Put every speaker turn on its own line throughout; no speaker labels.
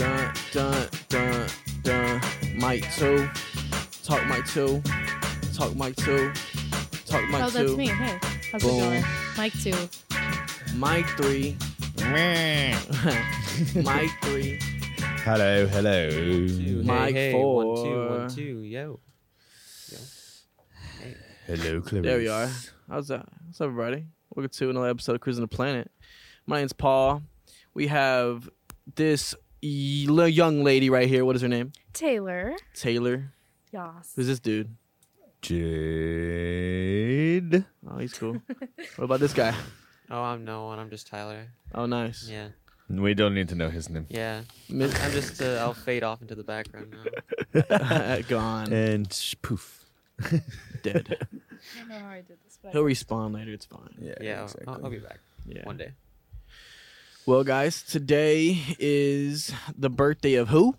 dun, dun, dun. Mic two. Talk mic two. Talk mic two. Talk mic
oh,
two.
that's me. Hey, how's
Boom.
it going? Mike two.
Mic three. mic three.
Hello, hello.
Two.
Mic
hey, hey, One, two,
four.
one, two, yo.
Hello, Clarice.
There we are. How's that? What's up, everybody? Welcome to another episode of Cruising the Planet. My name's Paul. We have this y- li- young lady right here. What is her name?
Taylor.
Taylor.
Yas.
Who's this dude?
Jade.
Oh, he's cool. what about this guy?
Oh, I'm no one. I'm just Tyler.
Oh, nice.
Yeah,
We don't need to know his name.
yeah.
Mi-
I'm just. Uh, I'll fade off into the background now.
Gone.
And sh- poof.
Dead.
I don't know how I did this, but
He'll respawn later. It's fine.
Yeah,
Yeah, I'll- I'll, I'll be back
Yeah.
one day.
Well, guys, today is the birthday of who?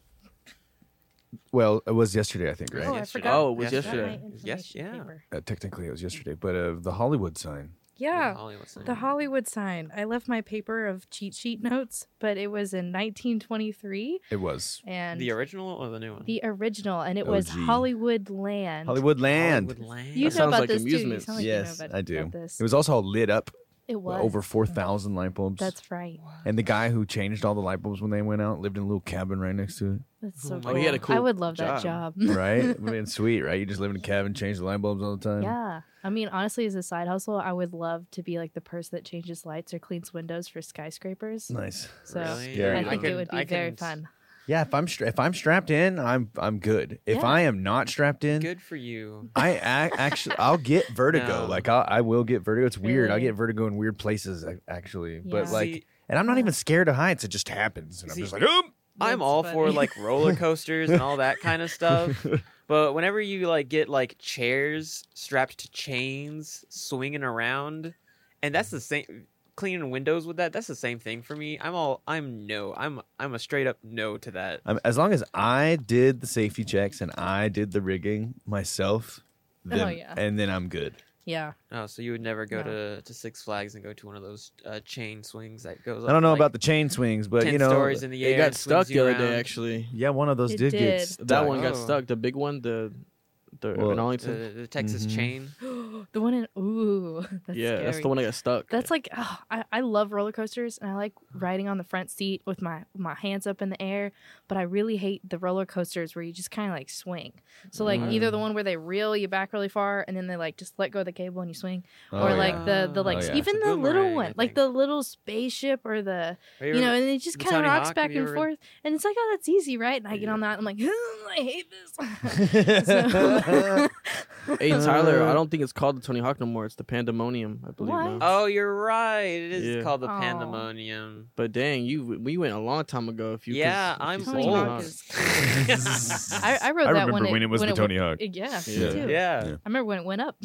Well, it was yesterday, I think, right?
Oh, I
Yesterday.
forgot.
Oh, it was
I forgot my
yesterday.
information
Yes, yeah.
paper.
Uh, technically, it was yesterday, but uh, the Hollywood sign.
Yeah.
Hollywood sign.
The Hollywood sign. I left my paper of cheat sheet notes, but it was in 1923
It was
and
The original or the new one?
the original, and it was
OG.
Hollywood Land.
Hollywood Land.
Hollywood
You
Land.
That
know
sounds
about
like
this, dude. You
amusements.
sound like
yes,
you know about,
I do.
about this.
It was also all lit up
It
with
was.
over 4,000 light bulbs.
That's right.
and the guy who changed all the light bulbs when they went out lived in a little cabin right next to it.
That's
Oh
so
my
cool.
God. Oh, he had
a
I
cool
would love that
job.
job.
Right? I mean, sweet, right? You just live in a cabin, change the light bulbs all the time.
Yeah. I mean, honestly, as a side hustle, I would love to be like the person that changes lights or cleans windows for skyscrapers.
Nice.
So
Really?
Scary.
I
I
think it
couldn't-
would be
I
very
couldn't-
fun.
Yeah, if I'm stra- if I'm strapped in, I'm I'm good. If
Yeah.
I am not strapped in,
Good for you.
I ac- actually I'll get vertigo.
No.
Like I, I will get vertigo. It's weird. I
Really?
get vertigo in weird places ac- actually. But
Yeah.
like,
See,
and I'm not even scared of heights. It just happens, and I'm
See-
just like, oop.
I'm
That's
all for
funny.
like roller coasters and all that kind of stuff. But whenever you like get like chairs strapped to chains swinging around, and that's the same cleaning windows with that. That's the same thing for me. I'm all I'm no. I'm I'm a straight up no to that.
Um, as long as I did the safety checks and I did the rigging myself, then,
yeah.
and then I'm good.
Yeah.
Oh, so you would never go
No.
to to Six Flags and go to one of those uh, chain swings that goes.
I don't know
like,
about the chain swings, but
ten
you know,
stories in the air.
It got
and
stuck
swings
the
you
other day,
around.
actually.
yeah, one of those
It
did, get
did.
stuck.
That one got
Oh.
stuck. The big one, the the
Well,
in Arlington.
The, the Texas
Mhm.
chain.
the one in ooh, that's
yeah,
scary.
that's the one that got stuck.
That's like oh, I, I love roller coasters and I like riding on the front seat with my my hands up in the air, but I really hate the roller coasters where you just kind of like swing. So like either
Mm.
the one where they reel you back really far and then they like just let go of the cable and you swing,
Oh,
or
yeah.
like the the
Oh,
like
yeah.
even
It's a
the little
boomerang,
one,
I
like
think.
the little spaceship or the
Have
you
ever-
know, and it just
the
kind of
Tony
rocks
Hawk, have
back
you
and
ever-
forth, and it's like oh that's easy right? And I get
Yeah.
on that and I'm like I hate this. So-
yeah.
hey Tyler, I
Uh,
don't think it's called the Tony Hawk no more. It's the Pandemonium, I believe.
What?
Now.
Oh, you're right. It is
Yeah.
called the
Aw.
pandemonium.
But dang, you we went a long time ago. If you 'cause
yeah,
if you
I'm
said
Tony
Tony
Hawk
Hawk.
old.
I, I wrote
I
that
remember
one
when it was the
went-
Tony Hawk.
Yeah, me
Yeah.
too.
Yeah,
I remember when it went up.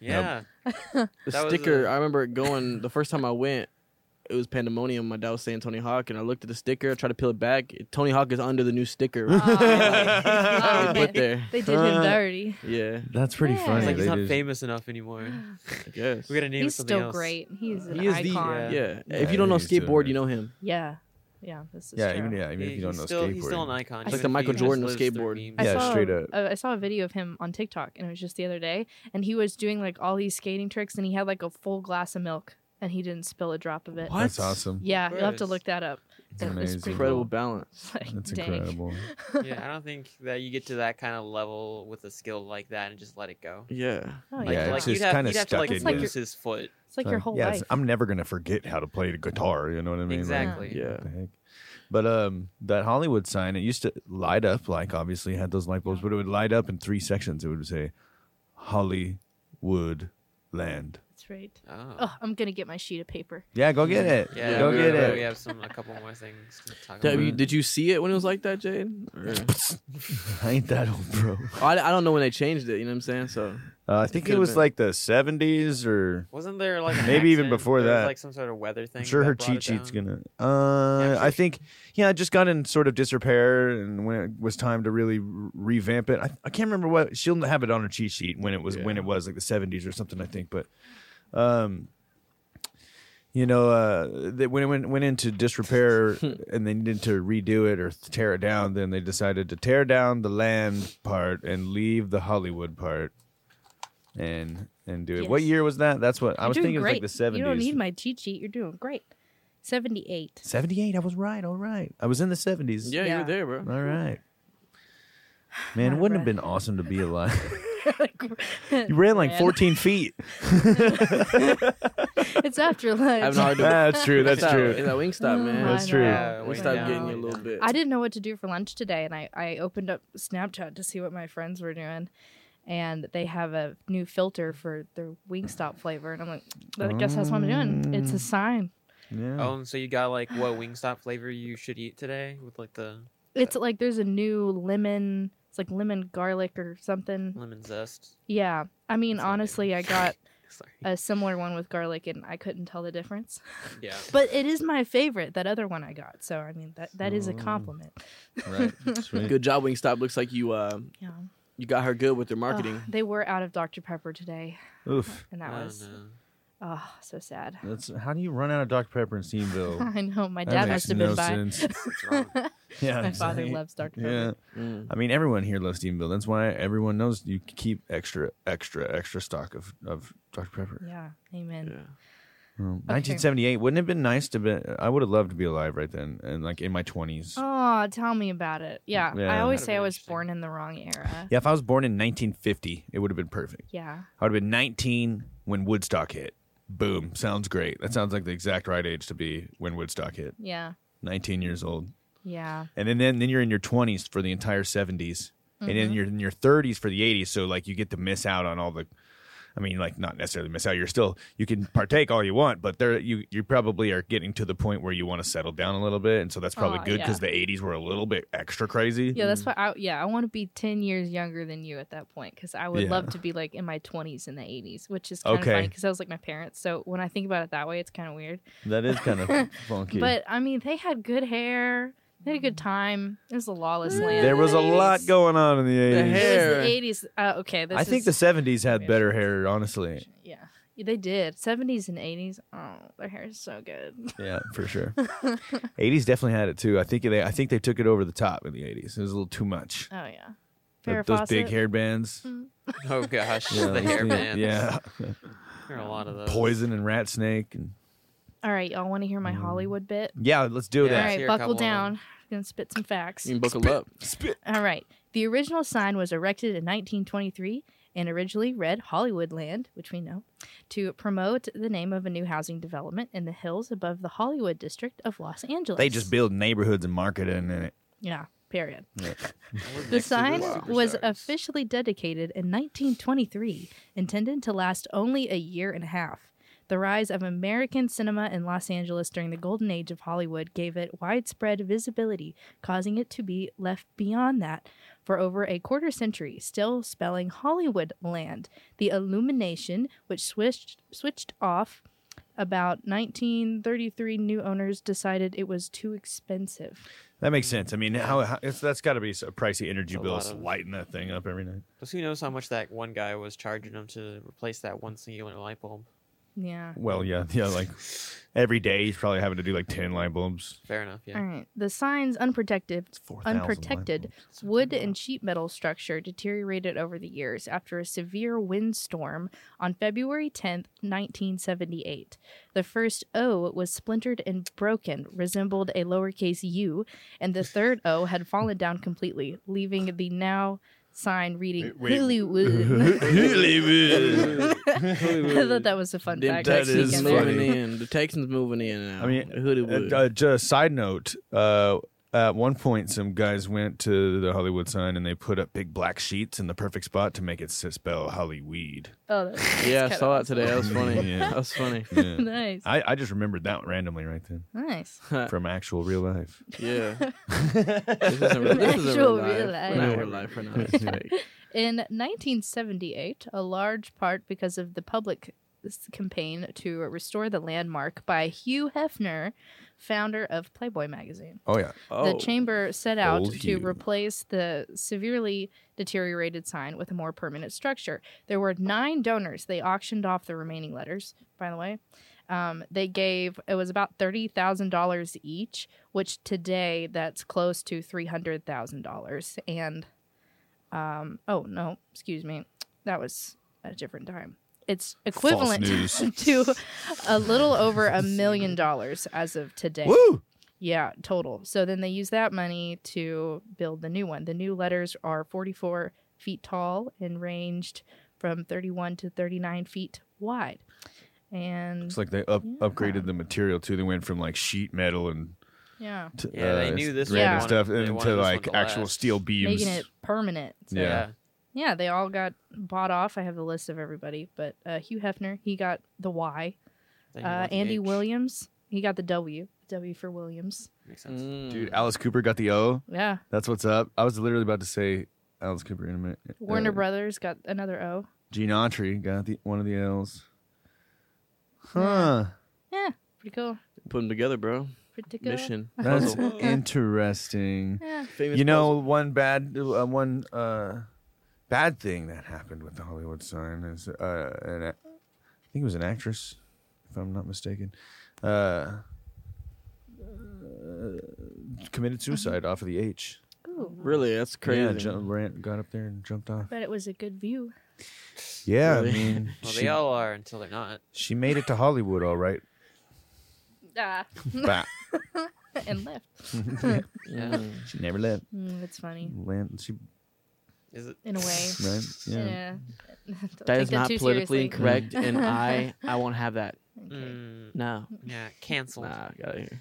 yeah.
The
That was
sticker.
a-
I remember it going the first time I went. It was Pandemonium. My dad was saying Tony Hawk, and I looked at the sticker. I tried to peel it back. Tony Hawk is under the new sticker.
Oh,
they
man.
put there.
They did him
Uh,
dirty.
Yeah,
That's pretty
Yeah.
funny.
It's like
They
he's not
just-
famous enough anymore.
I guess.
We gotta name
He's
it something
still
else.
great. He's an
He is the
icon.
yeah.
yeah.
Yeah, uh,
If you don't know
he's doing
skateboard,
it.
you know him.
yeah, This is
yeah,
true.
even, yeah, even if
He-
you don't
he's
know
still,
skateboarding.
He's still an icon.
It's like
even
the
if
Michael
he just
Jordan of
lives through
skateboard.
memes.
I
Yeah,
saw,
straight up.
uh, I saw a video of him on TikTok, and it was just the other day, and he was doing like all these skating tricks, and he had like a full glass of milk, and he didn't spill a drop of it.
What?
That's awesome.
Yeah, you'll have to
Gross.
look that up.
It's
It was
amazing.
pretty
Incredible
cool.
balance.
It's like,
That's
dang.
incredible.
yeah, I don't think that you get to that kind of level with a skill like that and just let it go.
Yeah.
Oh,
Like,
Like,
Yeah,
like
it's
you'd
just
have,
kinda
you'd have
stuck
to like
in
use
you.
his foot.
It's like your whole
yeah,
life.
it's- I'm never gonna forget how to play the guitar. You know what I mean? Like,
Exactly.
Yeah.
what the heck? But um, that Hollywood sign, it used to light up. Like obviously it had those light bulbs, but it would light up in three sections. It would say Hollywood Land.
That's right.
Oh.
Oh, I'm gonna get my sheet of paper.
Yeah, go get it.
Yeah,
go
we,
get
we-
it.
We have some a couple more things to talk
Did you,
about.
did you see it when it was like that, Jade? Or-
I ain't that old, bro.
I, I don't know when they changed it. You know what I'm saying? So
Uh, I think it
could've
was
been.
like the '70s or
Wasn't there like an
Maybe even
accident?
before
There was,
that.
like some sort of weather thing?
I'm sure
that
her
brought
cheat
it
sheet's
down?
gonna. Uh,
Yeah, I'm
I
sure-
think, yeah, it just got in sort of disrepair, and when it was time to really re- revamp it, I, I can't remember what she'll have it on her cheat sheet when it was when
Yeah.
it was like the '70s or something, I think. But, um, you know, uh, that when it went, went into disrepair and they needed to redo it or tear it down, then they decided to tear down the land part and leave the Hollywood part and and do it. What
Yes.
year was that? That's what I
You're
was
doing
thinking.
great.
It was like the 70s.
You don't need my cheat sheet. You're doing great. 78.
78. I was right. All right. I was in the 70s.
Yeah, you
Yeah.
were there, bro.
All right. Man,
Not
it
a
wouldn't have
breath.
been awesome to be alive. you ran like
Ran.
14 feet.
It's after lunch.
I have no idea.
That's true. That's
Wingstop-
tree.
It's that Wingstop,
Oh
man.
my
That's true.
God.
Yeah,
We
Wait,
stopped
no.
getting you a little bit.
I didn't know what to do for lunch today, and I, I opened up Snapchat to see what my friends were doing, and they have a new filter for their Wingstop flavor, and I'm like, I guess that's what I'm doing.
Mm.
It's a sign.
Yeah.
Oh.
Um, so you got like what Wingstop flavor you should eat today with like the
It's like there's a new lemon. It's like lemon garlic or something.
lemon zest.
Yeah, I mean,
Mm. That's not good.
honestly, I got
Sorry.
a similar one with garlic, and I couldn't tell the difference.
yeah.
But it is my favorite. That other one I got, so I mean, that that is a
Oh.
compliment.
Right. Sweet.
Good job, Wingstop. Looks like you uh,
Yeah,
you got her good with your
Ugh,
marketing.
they were out of Dr Pepper today,
Oof.
and that
Oh,
was
no.
oh so sad.
That's how do you run out of Dr Pepper in Steamville?
I know. My
That
dad must
makes
have
no
been by.
sense.
What's wrong?
Yeah,
My father
exactly.
loves Dr.
Yeah,
Pepper.
Mm.
I mean everyone here loves Steamville. That's why everyone knows you keep extra, extra, extra stock of of Dr Pepper.
Yeah. Amen.
Yeah.
Um, 1978 wouldn't it have been nice to be. I would have loved to be alive right then and like in my 20s.
Oh, tell me about it. Yeah. I
Yeah.
always
That'd
say
be
I was
interesting.
born in the wrong era.
Yeah, if I was born in 1950, it would have been perfect.
Yeah.
I would have been 19 when Woodstock hit. Boom, sounds great. That sounds like the exact right age to be when Woodstock hit.
Yeah.
19 years old.
Yeah.
and then then, then you're in your 20s for the entire 70s and
Mm-hmm.
then you're in your 30s for the 80s so like you get to miss out on all the i mean like not necessarily miss out you're still you can partake all you want but there you you probably are getting to the point where you want to settle down a little bit and so that's probably
Aw,
good
yeah.
because the 80s were a little bit extra crazy
Yeah, that's why I yeah, I want to be 10 years younger than you at that point cuz I would
Yeah.
love to be like in my 20s in the 80s, which is kind of
Okay.
funny cuz I was like my parents. So when I think about it that way, it's kind of weird.
that is kind of funky
But I mean, they had good hair. They had a
Mm.
good time. It was a lawless land.
there was a lot going on in the 80s
hair.
It
Hair.
was the 80s. Uh, okay, this
i
is,
think the 70s had
weird.
better hair honestly
Yeah, they did. Seventies and eighties. Oh, their hair is so good.
yeah for sure 80s definitely had it too i think they i think they took it over the top in the 80s it was a little too much
Oh yeah,
Th-
Farrah
those
Fawcett. Mm.
big hair bands
Oh gosh, the
those
hair
things-
bands. Uh,
Yeah,
There are a lot of those.
poison and rat snake. And
All right, y'all want to hear my Hollywood bit?
Mm. yeah, let's do
Yeah.
All
that.
right,
hear a
buckle
couple of
down.
them.
gonna spit some facts.
You can buckle up.
All right. The original sign was erected in 1923 and originally read Hollywood Land, which we know, to promote the name of a new housing development in the hills above the Hollywood district of Los Angeles.
They just build neighborhoods and market it in it.
Yeah, period.
We're
The
next to
sign was
superstars.
officially dedicated in 1923, intended to last only a year and a half. The rise of American cinema in Los Angeles during the golden age of Hollywood gave it widespread visibility, causing it to be left beyond that for over a quarter century, still spelling Hollywood land. The illumination, which switched switched off about 1933, new owners decided it was too expensive.
That makes sense. I mean, how, how it's, that's got to be a pricey energy
It's a
bill
lot
to
of-
lighten that thing up every night.
Because who knows how much that one guy was charging him to replace that one singular light bulb?
Yeah.
Well, yeah, yeah, like every day he's probably having to do like ten light bulbs.
Fair enough. Yeah.
All right. The signs unprotected
It's 4,000 light
unprotected
bulbs.
wood and sheet metal structure deteriorated over the years after a severe windstorm on February 10th, 1978. The first O was splintered and broken, resembled a lowercase u, and the third O had fallen down completely, leaving the now sign reading Hollywood. I thought that was a fun
Them
fact.
that
sneak
Texans
is
in there.
moving
funny.
in. The Texans moving in now.
I mean,
Hollywood.
Uh, uh, just side note. Uh, at one point, some guys went to the Hollywood sign and they put up big black sheets in the perfect spot to make it s- spell Hollyweed.
Oh, that- that's
yeah, I
kinda
saw that today. That was funny.
Yeah.
That was funny.
Yeah.
Nice.
I, I just remembered that randomly right then
Nice.
Uh.
from actual real life.
Yeah. this isn't real, this isn't real
Actual
life.
real
We're not
life.
real life. We're not. It's fake.
In 1978, a large part because of the public s- campaign to restore the landmark by Hugh Hefner, founder of Playboy magazine.
Oh yeah,
Oh,
The chamber set out
Old
to
Hugh.
replace the severely deteriorated sign with a more permanent structure. There were nine donors. They auctioned off the remaining letters, by the way. Uh, um, they gave it was about thirty thousand dollars each, which today that's close to three hundred thousand dollars. And um, oh no, excuse me, that was at a different time. It's equivalent
news.
to a little over a million dollars as of today.
Woo!
Yeah, total. So then they use that money to build the new one. The new letters are 44 feet tall and ranged from 31 to 39 feet wide. And
It's like they up,
Yeah.
upgraded the material too. They went from like sheet metal and
yeah,
t- uh,
Yeah, they knew this
random
one
stuff
wanted- they
and
wanted
to
this one
like
to
actual
last.
steel beams.
making it permanent. So, yeah.
Yeah.
they all got bought off. I have the list of everybody, but uh, Hugh Hefner, he got the Y.
Then you
Uh,
want the
Andy
H.
Williams, he got the W. W for Williams.
Makes sense.
Mm.
Dude, Alice Cooper got the O.
Yeah.
That's what's up. I was literally about to say Alice Cooper in a minute.
Warner
Uh,
Oh.
Brothers got another O.
Gene Autry got the one of the L's. Huh.
Yeah, pretty cool.
Put them together, bro.
Pretty cool.
Mission.
That's
Puzzle.
interesting.
Yeah.
Famous
You know,
puzzle.
one bad uh, one uh, bad thing that happened with the Hollywood sign is uh, an, a- I think it was an actress, if I'm not mistaken, uh, uh, committed suicide off of the H.
Ooh.
Mm-hmm.
Really, that's crazy. Mm.
Yeah, John Brant got up there and jumped off.
But it was a good view.
Yeah,
Really?
I mean,
Well,
she,
they all are until they're not.
she made it to Hollywood, all right.
Ah,
Bah.
and left.
Yeah.
Mm.
she never left.
Mm, that's funny
Land. She
Is it?
in a way.
right. Yeah.
Yeah. Don't
That
take
is not
too
politically
seriously.
incorrect, and I I won't have that.
Okay.
Mm,
No,
yeah, canceled.
nah, get out of here.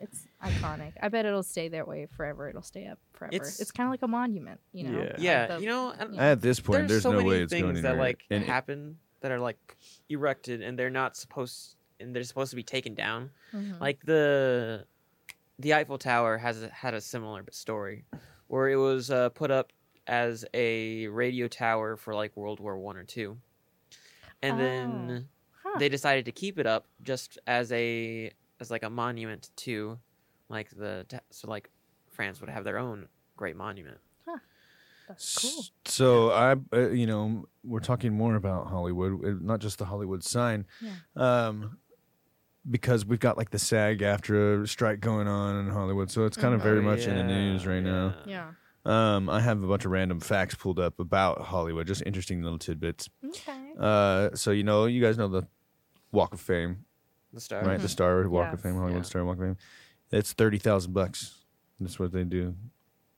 It's iconic. I bet it'll stay that way forever. Itll stay up forever. It's,
It's-
kind of like a monument, you know.
Yeah.
yeah,
the-
you know, and
yeah.
At this point, there's,
there's, so
no
many
way it's
things
going
that
anywhere.
like
And-
happen that are like erected and they're not supposed and they're supposed to be taken down.
Mhm.
Like the the Eiffel Tower has a- had a similar story, where it was uh, put up as a radio tower for like World War One or two, and then
Huh.
they decided to keep it up just as a as like a monument to like the ta- so like France would have their own great monument.
That's cool.
S- So I, uh, you know, we're talking more about Hollywood, uh, not just the Hollywood sign,
Yeah.
um, because we've got like the SAG-AFTRA strike going on in Hollywood, so it's kind of
Mhm.
very
Oh,
much in the
yeah,
news right now.
yeah.
Yeah.
Um, I have a bunch of random facts pulled up about Hollywood, just interesting little tidbits.
Okay.
Uh, so you know, you guys know the Walk of Fame,
The star.
right? The Star Walk
Mm-hmm. Yes.
of Fame, Hollywood
Yeah.
Star Walk of Fame. It's thirty thousand bucks. That's what they do.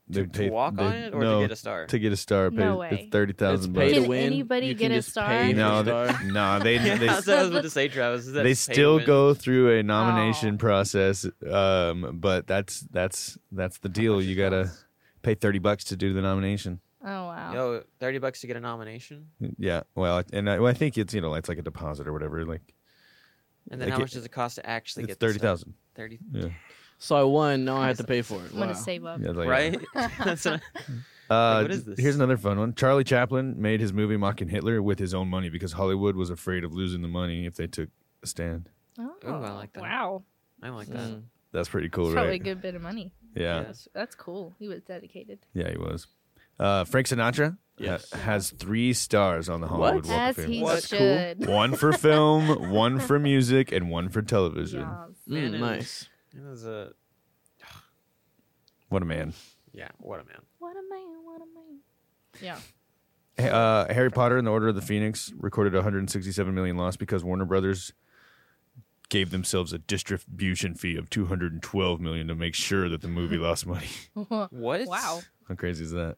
They
to, to walk on it or
no,
to get a star?
to get a star.
No
pay-
way.
It's thirty
It's
thousand bucks.
pay to
Can
win.
anybody
you
get
can
a
just
star?
Pay
no,
for a
they,
star.
no, they
yeah,
they,
that's what I was about to say, Travis. is that
they
pay to
still
win.
go through a nomination
Oh.
process, um, but that's that's that's the deal.
much
You
it
gotta
costs.
pay thirty bucks to do the nomination.
Oh wow.
Yo, thirty bucks to get a nomination,
Yeah, well, I- and I, well, I think it's you know it's like a deposit or whatever. Like
and then
Like
how
it-
much does it cost to actually
it's
get the
thirty
star?
thousand.
Thirty,
Yeah,
So I won. Now I have to pay for it.
I'm gonna
Wow.
save up.
yeah like,
right? That's what-
Uh,
what is this?
Here's another fun one. Charlie Chaplin made his movie Mocking Hitler with his own money because Hollywood was afraid of losing the money if they took a stand.
Oh,
Ooh, I like that.
Wow.
I like that.
Mm.
That's pretty cool,
It's
right?
probably a good bit of money.
Yeah.
That's that's cool. He was dedicated.
Yeah, he was. Uh, Frank Sinatra
Yes.
ha- has three stars on the Hollywood
What?
Walk
As
of Fame.
he
That's cool.
should.
one for film, one for music, and one for television.
Yes.
Mm,
Man, it-
nice.
It was a
What a man!
yeah. What a man.
What a man, what a man. Yeah.
Hey, Uh, Harry Potter and the Order of the Phoenix recorded 167 million loss because Warner Brothers gave themselves a distribution fee of 212 million to make sure that the movie lost money.
What?
Wow.
How crazy is that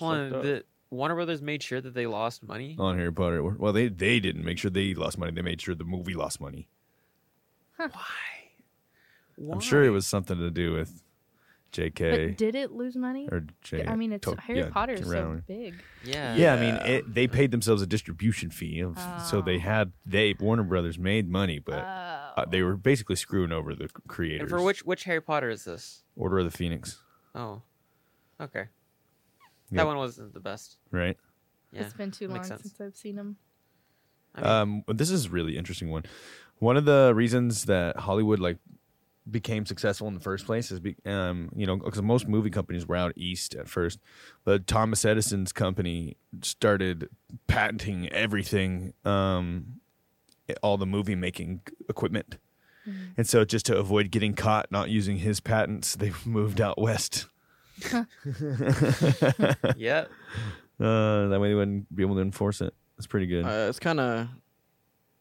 Hold on.
Fucked up.
The Warner Brothers made sure that they lost money.
on Harry Potter? Well, they they didn't make sure they lost money. They made sure the movie lost money.
Why?
I'm sure it
Why?
was something to do with J.K.
But did it lose money?
or J.
I mean, it's
to-
Harry
yeah,
Potter is so
Rowling.
big.
Yeah.
Yeah, I mean, it, they paid themselves a distribution fee, of, so
Oh.
they had they Warner Brothers made money, but
Oh.
uh, they were basically screwing over the creators.
And for which which Harry Potter is this?
Order of the Phoenix,
Oh, okay.
Yep.
That one wasn't the best.
right?
Yeah.
it's been too long
makes sense.
since I've seen him.
I mean,
um, well, this is a really interesting one. One of the reasons that Hollywood like became successful in the first place is, be, um, you know, because most movie companies were out east at first, but Thomas Edison's company started patenting everything um, all the movie making equipment. And so, just to avoid getting caught not using his patents, they moved out west.
Yep.
Uh, that way they wouldn't be able to enforce it. It's pretty good.
Uh, it's kind of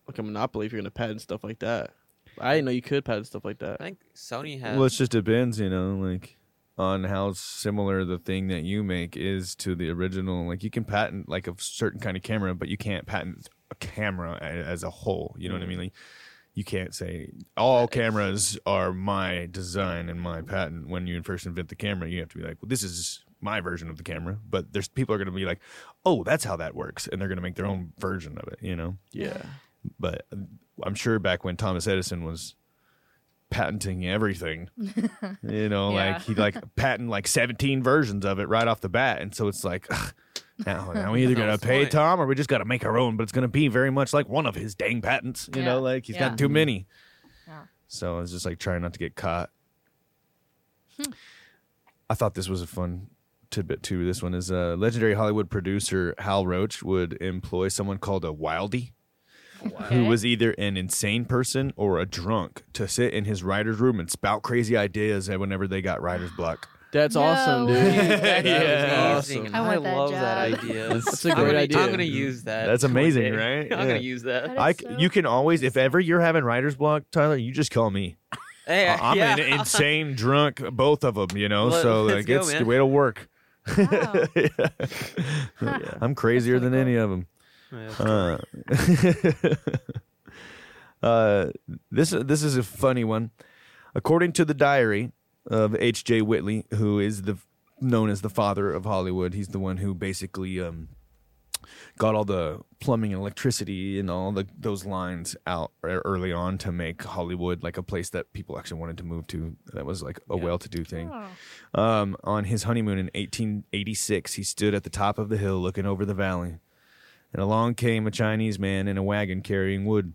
like a monopoly if you're gonna patent stuff like that. I didn't know you could patent stuff like that.
I think Sony has.
well, it just depends, you know, like on how similar the thing that you make is to the original. Like you can patent like a certain kind of camera, but you can't patent a camera a- as a whole. You know what I mean? Like you can't say all cameras are my design and my patent. When you first invent the camera, you have to be like, well, this is my version of the camera. But there's people are going to be like, oh, that's how that works, and they're going to make their own version of it. You know?
Yeah,
but I'm sure back when Thomas Edison was patenting everything, you know,
Yeah.
like he like patent like 17 versions of it right off the bat, and so it's like. ugh, Now, now we either
That
gotta
was
pay
funny.
Tom or we just gotta make our own, but it's gonna be very much like one of his dang patents, you
Yeah.
know, like he's
Yeah.
got too many.
Yeah.
So it's just like trying not to get caught.
Hmm.
I thought this was a fun tidbit too. This one is uh, legendary Hollywood producer Hal Roach would employ someone called a wildy who
Okay.
was either an insane person or a drunk to sit in his writer's room and spout crazy ideas whenever they got writer's block.
that's
No
awesome, dude.
way.
That is
Yeah.
amazing.
Awesome.
I
I,
want that
love that
job.
idea.
That's a
I'm
great
gonna-
idea.
I'm gonna use that.
That's
one
amazing,
day.
right?
I'm
Yeah.
gonna use that.
That
I,
is
c-
so-
you can always, if ever you're having writer's block, Tyler, you just call me.
Hey,
I- I'm
yeah.
an insane drunk, both of them, you know.
Let-
so
let's
like,
go,
it's the
man.
way to work.
Wow.
I'm crazier
That's
than
really
any of them.
Yeah.
Uh, uh, this this is a funny one. According to the diary of H.J. Whitley, who is the known as the father of Hollywood, he's the one who basically um, got all the plumbing and electricity and all the those lines out e- early on to make Hollywood like a place that people actually wanted to move to. That was like a well-to-do thing.
Oh.
Um, on his honeymoon in 1886, he stood at the top of the hill looking over the valley. And along came a Chinese man in a wagon carrying wood.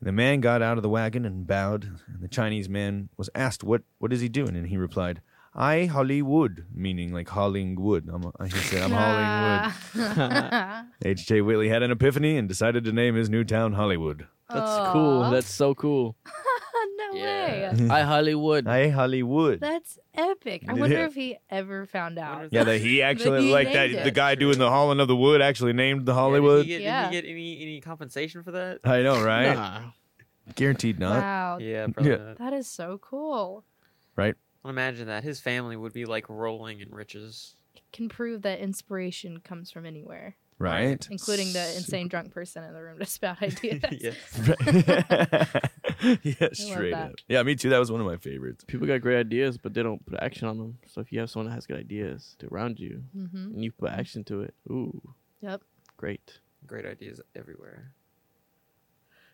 And the man got out of the wagon and bowed. And the Chinese man was asked, "What what is he doing?" And he replied, "I holly wood," meaning like hauling wood. I'm a, he said, "I'm hauling wood."
Ah.
H.J. Whitley had an epiphany and decided to name his new town Hollywood.
That's
Aw.
cool. That's so cool.
no
Yeah.
way.
I Hollywood.
I Hollywood.
That's epic. I wonder
Yeah.
if he ever found out.
if
Yeah, that he actually
he
like
named
that.
it.
The guy doing the hauling of the wood actually named the
Yeah,
Hollywood.
did, he get,
Yeah.
did he get any any compensation for that?
I know, right?
Nah.
Guaranteed not.
Wow.
Yeah, probably
Yeah.
not.
That is so cool.
I'll imagine that his family would be like rolling in riches.
Can prove that inspiration comes from anywhere,
Right.
including the insane drunk person in the room to spout ideas.
yeah.
yeah, straight
that.
up. Yeah, me too. That was one of my favorites.
People got great ideas, but they don't put action on them. So if you have someone that has good ideas to around you
Mm-hmm.
and you put action to it, ooh,
Yep.
great.
Great ideas everywhere.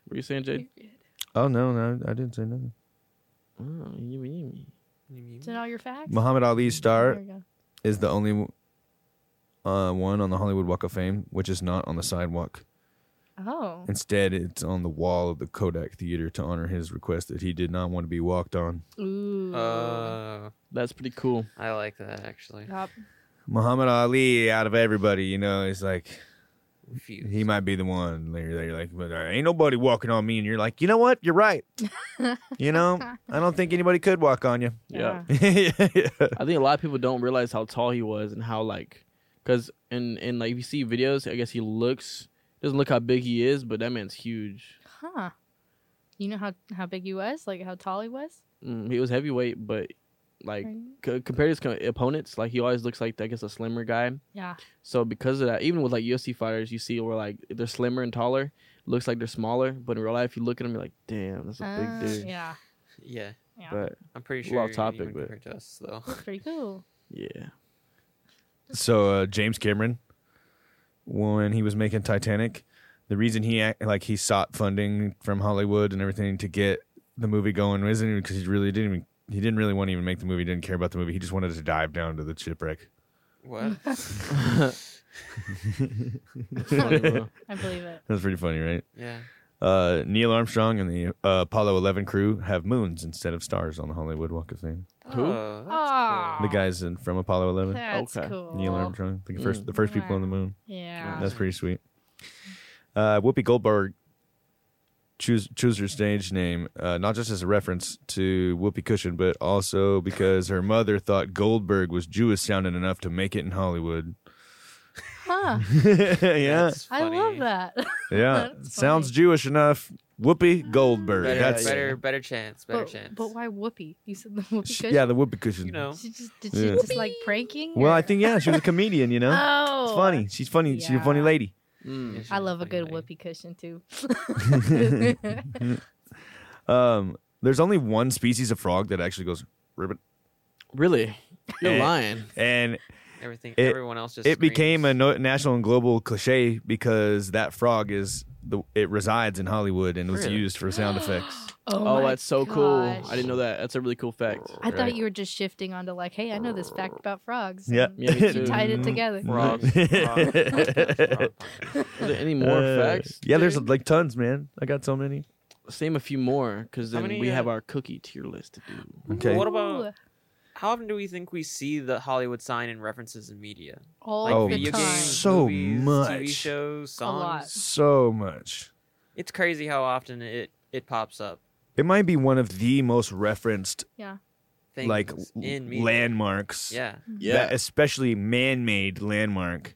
What are you saying, Jade?
Oh no, no, I didn't say nothing.
Oh, yummy, yummy.
Is it all your facts?
Muhammad Ali's
There
star
we go.
is the only uh, one on the Hollywood Walk of Fame, which is not on the sidewalk.
Oh.
Instead, it's on the wall of the Kodak Theater to honor his request that he did not want to be walked on.
Ooh.
Uh,
That's pretty cool.
I like that actually.
Yup.
Muhammad Ali, out of everybody, you know, it's like
Refuse.
he might be the one. They're, they're like, but there ain't nobody walking on me, and you're like, you know what? You're right. you know, I don't think anybody could walk on you.
Yeah.
yeah.
I think a lot of people don't realize how tall he was and how like, cause in in like if you see videos, I guess he looks doesn't look how big he is, but that man's huge.
Huh. You know how, how big he was? Like how tall he was?
Mm, he was heavyweight, but like
Right.
c- compared to his co- opponents, like he always looks like I guess a slimmer guy.
Yeah.
So because of that, even with like UFC fighters, you see where like they're slimmer and taller, looks like they're smaller, but in real life, you look at them, you're like, damn, that's a
Uh,
big dude.
Yeah.
Yeah,
Yeah.
But
I'm pretty
A lot
sure.
of topic,
anyone
but-
compared to us though.
That's pretty cool.
yeah,
So uh, James Cameron, when he was making Titanic, the reason he act, like he sought funding from Hollywood and everything to get the movie going isn't even because he really didn't even he didn't really want to even make the movie. Didn't care about the movie. He just wanted to dive down to the shipwreck.
What?
Funny, bro.
I believe it.
That's pretty funny, right?
yeah.
Uh, Neil Armstrong and the uh, Apollo 11 crew have moons instead of stars on the Hollywood Walk of Fame.
Who?
Oh,
Aw.
that's
The guys in, from Apollo 11,
That's
Okay.
cool.
Neil Armstrong, the first the first people on the moon.
Yeah.
That's pretty sweet. Uh, Whoopi Goldberg choose choose her stage name, uh, not just as a reference to Whoopi Cushion, but also because her mother thought Goldberg was Jewish sounding enough to make it in Hollywood.
Huh.
yeah,
That's
I love
funny.
that.
yeah,
That's
sounds
funny.
Jewish enough. Whoopi Goldberg.
Better,
That's
better, better chance. Better
but,
chance.
but why Whoopi? You said the Whoopi
Sh-
Cushion?
yeah, the Whoopi Cushion.
you know,
She just, did she
Yeah.
just like pranking?
Well,
or-
I think yeah, she was a comedian. You know,
Oh,
it's funny. She's funny. She's a funny
Yeah.
lady.
Mm.
Hmm. I love a good
whoopee.
whoopee cushion too.
Um, there's only one species of frog that actually goes ribbit,
Really? You're
Eh.
lying.
and
Everything.
It-
everyone else just.
it became a
screams.
no- national and global cliche because that frog is the it resides in Hollywood and was
Really?
used for sound effects.
Oh,
my
that's so cool. I
gosh.
didn't know that. That's a really cool fact.
I thought
Right.
you were just shifting onto like, hey, I know this fact about frogs.
Yeah.
and
Mm-hmm.
Yeah, me
you
too.
tied it together.
Frog, frog, frog, frog, frog.
Are there any more
Uh,
facts?
Yeah, there's
dude?
like tons, man. I got so many.
Let's name a few more because
How
then
many,
we
uh,
have our cookie tier list to do.
Okay.
What about-
Ooh,
How often do we think we see the Hollywood sign in references in media?
all
Like
Oh,
the
video
time?
games,
so
movies,
much.
TV shows,
A lot.
songs.
So much.
It's crazy how often it it pops up.
It might be one of the most referenced
Things
like
in media.
landmarks.
Yeah.
That- especially man-made landmark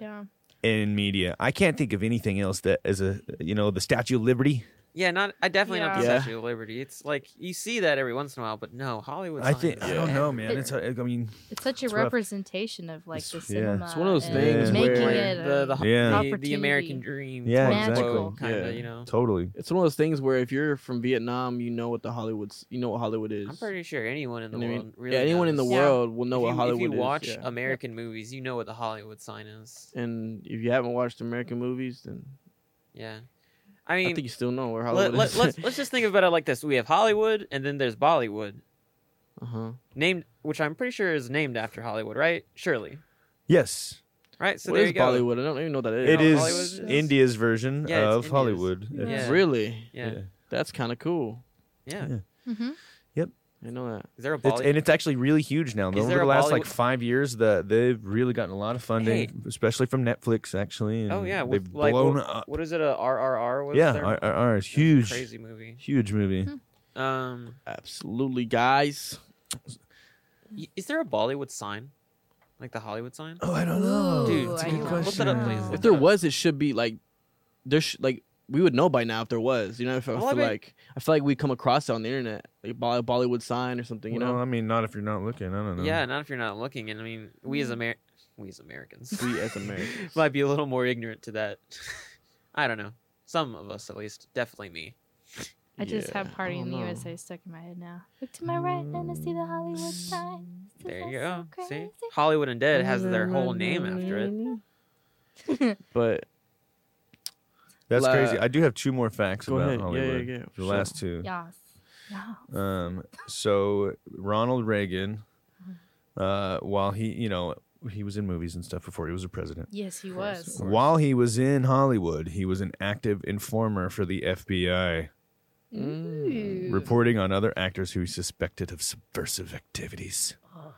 yeah.
Yeah.
in media. I can't think of anything else that is a you know the Statue of Liberty.
Yeah, not I definitely not the
Yeah. Yeah.
Statue of Liberty. It's like you see that every once in a while, but no, Hollywood.
I
signs
think I
are
don't know, man.
everywhere.
It's I mean
It's such a
It's rough.
representation of like the
It's-
yeah.
cinema.
It's one of those
and
things
making
where-
it uh,
the the,
a-
Yeah.
the, the American dream.
Yeah,
Magical.
kind of.
Yeah.
You know,
totally.
It's one of those things where if you're from Vietnam, you know what the Hollywood's, you know what Hollywood is.
I'm pretty sure anyone in the
You know what I
world.
mean?
Really
yeah, anyone in the
knows.
Yeah.
world will know
if
what
you,
Hollywood
if you
is.
watch
yeah.
American movies, you know what the Hollywood sign is.
and if you haven't watched American movies, then
Yeah, I
I,
mean,
think you still know where Hollywood
let, let,
is.
let's let's just think about it like this: we have Hollywood, and then there's Bollywood,
uh-huh.
named which I'm pretty sure is named after Hollywood, right? Surely,
Yes,
right? So
What
there
is
you go.
Bollywood? I don't even know what that is.
it
know
is
what Hollywood is?
India's version
Yeah, it's
of
India's.
Hollywood.
Yeah.
It's-
Really?
Yeah. yeah,
That's kind of cool.
Yeah.
Mhm.
I know that.
Is there a
It's,
Bollywood?
and it's actually really huge now.
Is
Over
there
the
a
last like
Bollywood-
five years, the, they've really gotten a lot of funding, especially from Netflix. Actually, and
oh yeah,
they've
with, like
blown
what,
up.
what is it? A RRR? Was
yeah,
there?
R- R- R is
That's a
huge,
crazy movie.
huge movie.
Hmm.
Um,
Absolutely, guys.
y- is there a Bollywood sign, like the Hollywood sign?
Oh, I don't know,
Dude,
Ooh,
That's a
I
good
don't
look that
question.
up, please.
If there was, it should be like there. Sh- like we would know by now if there was. You know, if I
Well,
feel
I mean-
like I feel like we come across it on the internet, like Bolly- Bollywood sign or something. You
Well,
know,
I mean, not if you're not looking. I don't know.
Yeah, not if you're not looking. And I mean, we
Mm.
as Amer, we as Americans,
we as Americans.
might be a little more ignorant to that. I don't know. Some of us, at least, definitely me.
I just
Yeah,
have Party
I
in the
don't know.
USA stuck in my head now. Look to my right and I see the Hollywood sign. This
There
is
you
so
go. See,
crazy.
Hollywood and Dead has their whole name after it.
But
That's
La-
crazy. I do have two more facts
Go
about
ahead. Yeah, yeah,
Hollywood.
yeah,
The
sure.
last two.
Yes. Yeah.
Uh,
Um, so Ronald Reagan,
Mm-hmm.
uh, while he, you know, he was in movies and stuff before he was a president.
Yes, he
Of
was.
course.
While he was in Hollywood, he was an active informer for the FBI,
Mm.
Ooh.
reporting on other actors who he suspected of subversive activities.
Oh.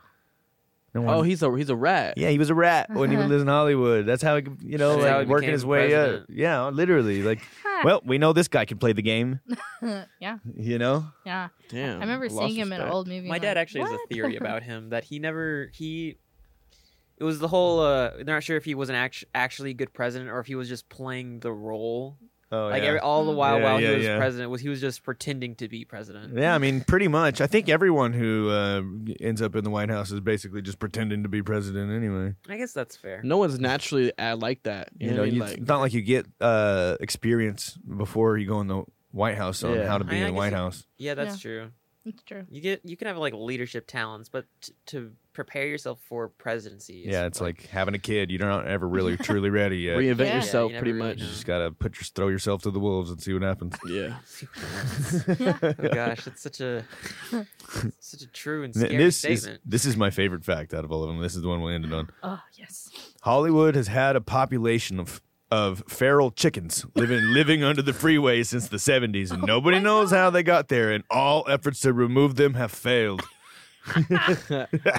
No one-
oh, he's a he's a rat.
yeah, he was a rat when he lives in Hollywood. That's how he, you know,
That's how
like
he
working
became
his way up.
president.
Yeah, literally, like, well, we know this guy can play the game,
yeah,
you know.
yeah.
Damn.
um,
I remember
lost
seeing him in an
respect.
old movie.
My
and
dad
like,
actually has
"What?"
a theory about him that he never he. It was the whole. uh They're not sure if he was an act- actually good president or if he was just playing the role.
Oh,
like every, all the
Hmm.
while,
Yeah,
while
yeah,
he was
yeah.
president, was he was just pretending to be president.
Yeah, I mean, pretty much. I think everyone who uh, ends up in the White House is basically just pretending to be president anyway.
I guess that's fair.
No one's naturally uh, like that. You,
You
know,
know,
what I mean?
you,
like
it's not like you get uh, experience before you go in the White House on
Yeah.
how to
I-
be
I
in the
guess
White
it-
House.
Yeah, that's
Yeah.
true.
It's true.
You get you can have like leadership talents, but t- to prepare yourself for presidency, is,
Yeah, it's like having a kid. You're not ever really truly ready yet. You
reinvent
Yeah, you
yourself
never
pretty
really
much.
know.
just gotta put your throw yourself to the wolves and see what happens.
Yeah.
oh gosh, it's such a such a true and
Th-
scary
this
statement.
is this is my favorite fact out of all of them. This is the one we ended on.
Oh yes.
Hollywood has had a population of of feral chickens living living under the freeway since the 70s and nobody knows how they got there and all efforts to remove them have failed.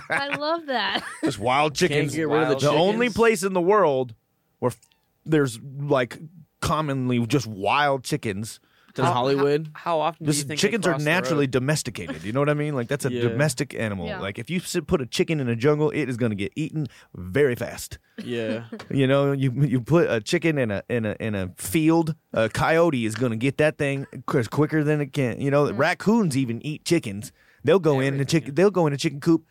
I love that.
Just wild chickens.
get rid of the
the only
chickens.
place in the world where f- there's like commonly just wild chickens
than
How-
Hollywood.
How often do
This,
you think they
chickens are
cross the road?
naturally domesticated. You know what I mean? Like that's a
Yeah.
domestic animal.
Yeah.
Like if you sit, put a chicken in a jungle, it is going to get eaten very fast.
yeah,
You know, you you put a chicken in a in a in a field, a coyote is going to get that thing qu- quicker than it can. You know, raccoons even eat chickens. They'll go in the
Mm-hmm. Everything,
chicken. They'll go in a chicken coop.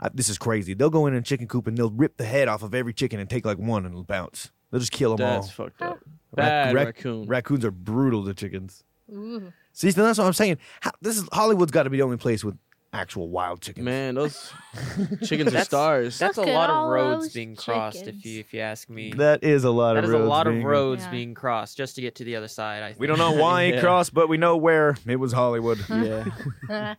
I, this is crazy. They'll go in a chicken coop and they'll rip the head off of every chicken and take like one and bounce. They'll just kill them
that's
all.
fucked up.
Rac-
Bad
rac-
raccoon.
Raccoons are brutal to chickens.
Ooh.
See, so that's what I'm saying. How, this is Hollywood's got to be the only place with actual wild chickens.
Man, those chickens are
That's-
stars.
That's a
Look at
lot of
all
roads
those
being crossed, if
chickens.
you if you ask me.
that is a lot
that
of
is a
roads.
lot of
being-
roads
Yeah.
being crossed just to get to the other side. I think.
We don't know why
Yeah.
he crossed, but we know where it was Hollywood.
yeah,
Ah,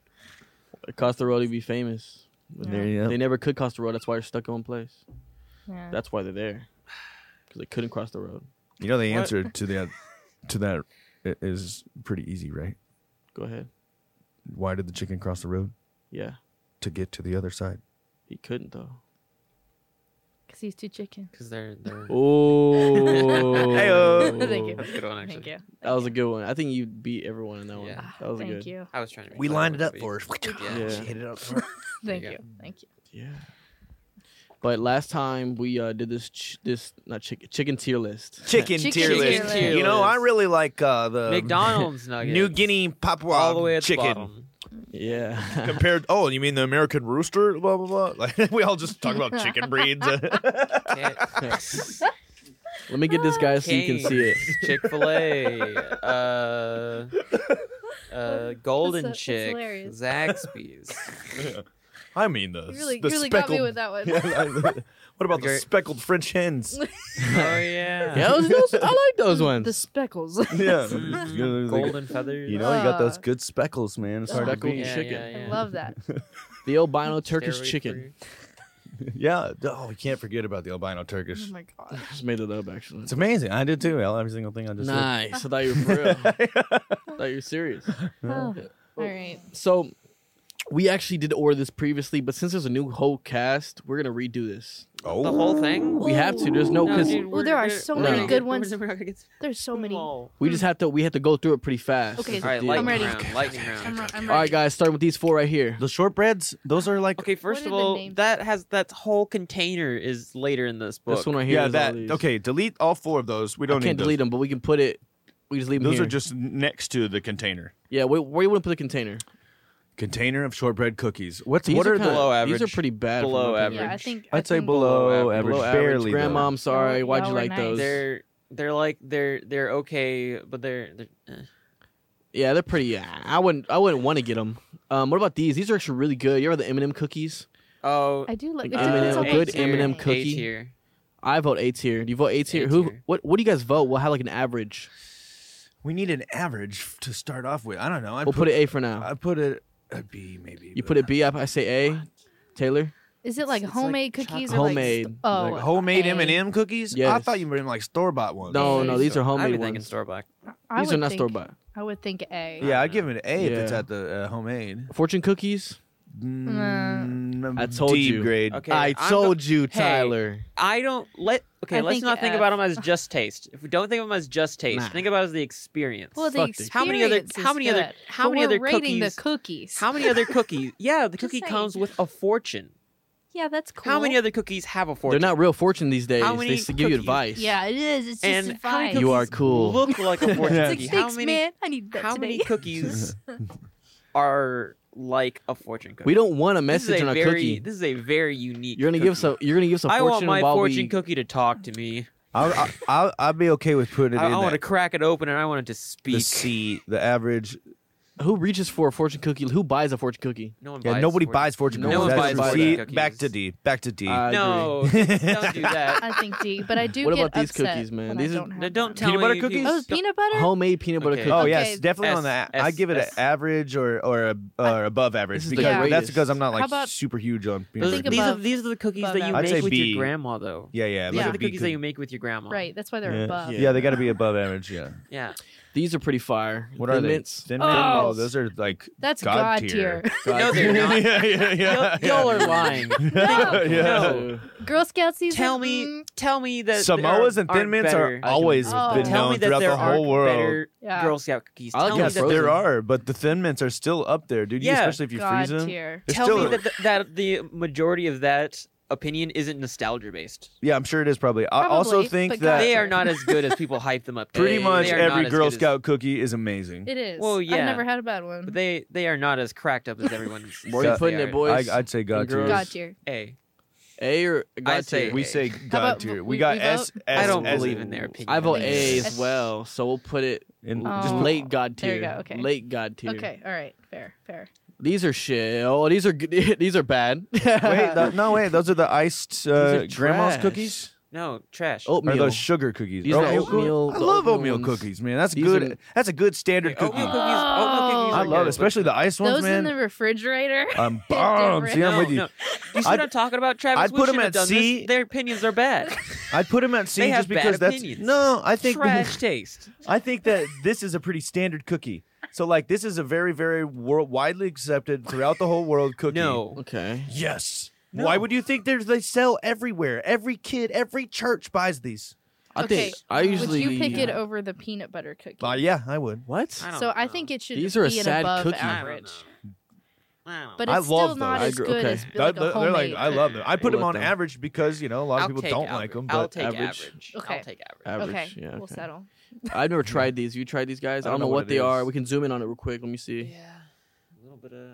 across the road to be famous. But
There
you go.
They never could cross the road. That's why they're stuck in one place.
yeah.
That's why they're there. Because they couldn't cross the road.
You know the
What?
answer to that to that i- is pretty easy, right?
Go ahead.
Why did the chicken cross the road
Yeah,
to get to the other side?
he couldn't though.
Because he's too chicken.
because they're they're.
Oh,
Heyo.
Thank you.
That's a good one actually.
Thank you.
That was a good one. I think you beat everyone in that one.
Yeah.
That was a
Thank
good.
you.
I was trying to. be
We
clever
lined it
with
up
the
for us.
Yeah.
Yeah.
She hit it up for us.
Thank
you
you. Thank you.
Yeah. But last time we uh, did this ch- this not chicken chicken tier list.
Chicken,
Chicken
tier
tier
list.
list.
You know, I really like uh, the
McDonald's nuggets.
New Guinea Papua
all the way at
chicken.
the bottom.
yeah.
Compared, oh, you mean the American rooster? Blah blah blah. Like we all just talk about chicken breeds.
Chick
Let me get this guy so you can see it.
fil A, uh, uh, Golden
Oh, that's
Chick,
hilarious.
Zaxby's.
I mean the
You really,
the
you really got
speckled.
me with that one.
what about the
Okay.
speckled French hens?
Oh yeah.
Yeah, those, those, I like those
The
ones.
speckles.
yeah,
Mm,
You know, like-
Golden feathers.
You know, you got those
Uh,
good speckles, man. It's hard to
Speckled
beat.
yeah,
chicken.
Yeah,
I
yeah.
love that.
The albino Turkish
Dairy-free.
chicken.
Yeah. Oh, we can't forget about the albino
Oh
Turkish.
my god.
Just made it up actually.
It's amazing. I did too. Al. Every single thing I just said.
Nice. I thought you were for real. I thought you were serious.
Oh, all right.
So we actually did order this previously, but since there's a new whole cast, we're gonna redo this.
Oh,
The whole thing.
We have to. There's no
No,
because
dude,
Well,
we're-
there are
we're-
so
we're
many
gonna
good
get-
ones.
We're gonna get to
There's so
them
many. All
all.
we just have to we have to go through it pretty fast.
Okay.
That's the
All right,
deal.
lightning
ready.
round. Lightning round.
I'm, re- I'm
All right,
ready.
guys, starting with these four right here.
the shortbreads. Those are like.
Okay, first
are
of
the
all,
names?
that has that whole container is later in this book.
This one right here.
Yeah,
is all
that.
these.
Okay, delete all four of those. We
I
don't
can't
need
delete them, but we can put it. We just leave them
Those
here.
are just next to the container.
yeah. Where, where you want to put the container?
Container of shortbread cookies. What's
These
what are,
kinda-
the?
below
These
average.
are pretty bad. for one
Below
thing.
average.
Yeah, I think. I
I'd say
think-
below,
below
average,
average.
barely. though.
Grandma, I'm sorry.
Y'all
Why'd you
were
like
nice.
those?
They're they're like they're they're okay, but they're, they're eh.
yeah, they're pretty. I wouldn't. I wouldn't want to get them. Um, what about these? These are actually really good. You ever had the M&M cookies?
oh
I do like.
Like
I do
M&M,
like
a
chocolate
good
chips.
M&M
A
cookie.
tier.
I vote A tier. Do you vote A tier? Who?
tier.
What? What do you guys vote? We'll have like an average.
We need an average f- to start off with. I don't know. I
We'll put it A for now.
I put it a B maybe.
You
but
put it B. I I say A. Taylor.
Is it like
It's- it's like
homemade cookies or
Homemade.
like? st- Oh,
Like homemade
A.
M and M cookies. I
Yes.
thought you meant like store bought ones.
No,
A.
no, these are
I'd be
homemade
thinking
ones.
store bought.
I
These are
would
not
think-
store bought.
I would think A.
Yeah, I'd give it an A if it's
Yeah.
at the uh, homemade.
Fortune cookies.
Mm,
I told
D
you.
grade.
Okay.
I
I'm
told you,
Hey.
Tyler.
I don't let okay.
I
let's
think
not think
F.
about them as just taste. If we don't think of them as just taste,
Nah.
think about it as the experience.
Well, the
Fuck this.
experience
How many other- how
is
many other-
good,
how
but
many
we're
other
rating
cookies-
The cookies.
how many other cookies? Yeah, the
Just
cookie
saying.
comes with a fortune.
Yeah, that's cool.
How many other cookies have a
They're
fortune?
not real fortune these days.
How
They
many
s- give you
cookies?
advice.
Yeah, it is. It's just
and how many
fine.
cookies
You are cool.
Look like a fortune
Yeah.
cookie.
Six
How
sticks,
many?
man. I need that
How
today.
many cookies are like a fortune cookie?
We don't want a
This is
message
a
on a
very,
cookie.
This is a very unique.
You're gonna give
cookie.
some. You're gonna give some
I
fortune
want my
while
fortune
we.
cookie to talk to me.
I'll, I'll, I'll, I'll be okay with putting it
I,
in
want to
that,
crack it open and I want it to speak.
the C, the average.
who reaches for a fortune cookie? Who buys a fortune cookie?
No one
Yeah,
buys
nobody
fortune-
buys fortune
No
cookies.
one
That's
buys
the
fortune
C,
cookies.
Back to D. Back to D.
Uh, I
No,
agree.
don't do that.
I think D, but I do
What
get
about these
upset
cookies, man?
when
These
I
are-
don't have
No, don't
them.
tell
Peanut butter
me
cookies?
Oh, it's peanut butter.
Homemade peanut butter
Okay.
cookie.
oh
Okay.
yes, definitely on
S-
the. I
S-
give it an
S.
average or or a, or above average
This is the
because that's
greatest.
because I'm not like
How about-
super huge on. peanut
Those,
butter
Think
these,
cookies.
are,
above-
these are the cookies
above
that you
average.
I'd say
make with
B.
your grandma, though.
yeah, yeah.
These
like
are
a
the
B
cookies that
cookie.
you make with your grandma.
Right, that's why they're
Yeah.
above.
Yeah, they got to be above average. Yeah.
Yeah.
These are pretty fire.
What
Thin
are they?
mints.
Thin
Oh.
mints? Oh, those are like
That's
god,
God tier.
tier.
God,
No, they're not.
yeah, yeah, yeah.
Y'all- y'all are lying.
No.
yeah.
no.
Girl Scout season.
Tell me,
mm,
tell me that there
Samoas and
aren't
Thin Mints
better.
are always
Oh.
been
Tell
known
me that
throughout
there
the whole
aren't
world.
better
Yeah.
Girl Scout cookies.
I'll
Tell me
guess
Yes,
that
frozen.
there are, but the Thin Mints are still up there, dude.
Yeah.
Especially if you
God
freeze them.
tier.
It's
tell
still-
me that the, that the majority of that opinion isn't nostalgia based.
Yeah, I'm sure it is probably. I
Probably,
also think
but
that
God,
They are not as good as people hype them up. to
pretty
be.
much
They are not
every
as
Girl
good as-
Scout cookie is amazing.
It is.
Well, yeah.
I've never had a bad one.
but they they are not as cracked up as everyone.
Where
you
says
putting
they
it,
are.
boy?
I,
boys
I'd say God
and
tier.
girls.
God tier.
Hey,
A or God
I'd say
tier?
We say God
about
tier.
vo-
We
we-
got
we
S.
vote?
S-
I don't
S-
believe in their opinion.
I vote A
Please.
as well, so we'll put it
in-
Oh.
just late God tier.
There you go, okay.
Late God tier.
Okay. All right. Fair. Fair.
These are shit. Oh, these are good. these are bad.
Wait, th- no, wait. Those are the iced uh,
These are
grandma's
trash.
cookies.
No trash.
Or
oatmeal.
those sugar cookies.
These are oatmeal-
I
the
love
oatmeal
oatmeal
ones.
cookies, man. That's
These
good.
are-
That's a good standard
Yeah,
cookie.
oatmeal cookies. Oatmeal cookies.
Oh.
are
I love
good,
it, especially the iced ones,
Those in
man.
the refrigerator.
I'm bomb. See, I'm
No,
with you.
no. You
I'd-
see what I'm talking about, Travis?
I'd
We
put 'em
shouldn't have
at
done
C.
This. Their opinions are bad.
I'd put them at C
They
just
have bad
because that's
opinions.
no. I think
Trash taste.
I think that this is a pretty standard cookie. So like this is a very very wor- widely accepted throughout the whole world cookie.
No.
Okay.
Yes.
No.
Why would you think there's they sell everywhere? Every kid, every church buys these.
I
Okay,
think I
Would
usually
you pick it over the peanut butter cookie?
Uh, yeah, I would.
What?
I don't
so I
know.
think it should
These
be
are a
an
sad
above
cookie.
I don't
average.
know. I don't know.
But
I
it's
love
still not
those. I
as
agree-
good
okay.
as like a
That- they're
homemade.
like I love them. I put
I
them
love
on
them.
average because you know a lot of
I'll
people
take
don't
average.
like them.
I'll
But
take
average.
average.
Okay.
I'll take average.
Average.
okay,
Yeah.
we'll
okay.
settle.
I've never tried these. You tried these guys? I don't, know, what,
it
they
is.
are. We can zoom in on it real quick. Let me see.
Yeah. A little bit of.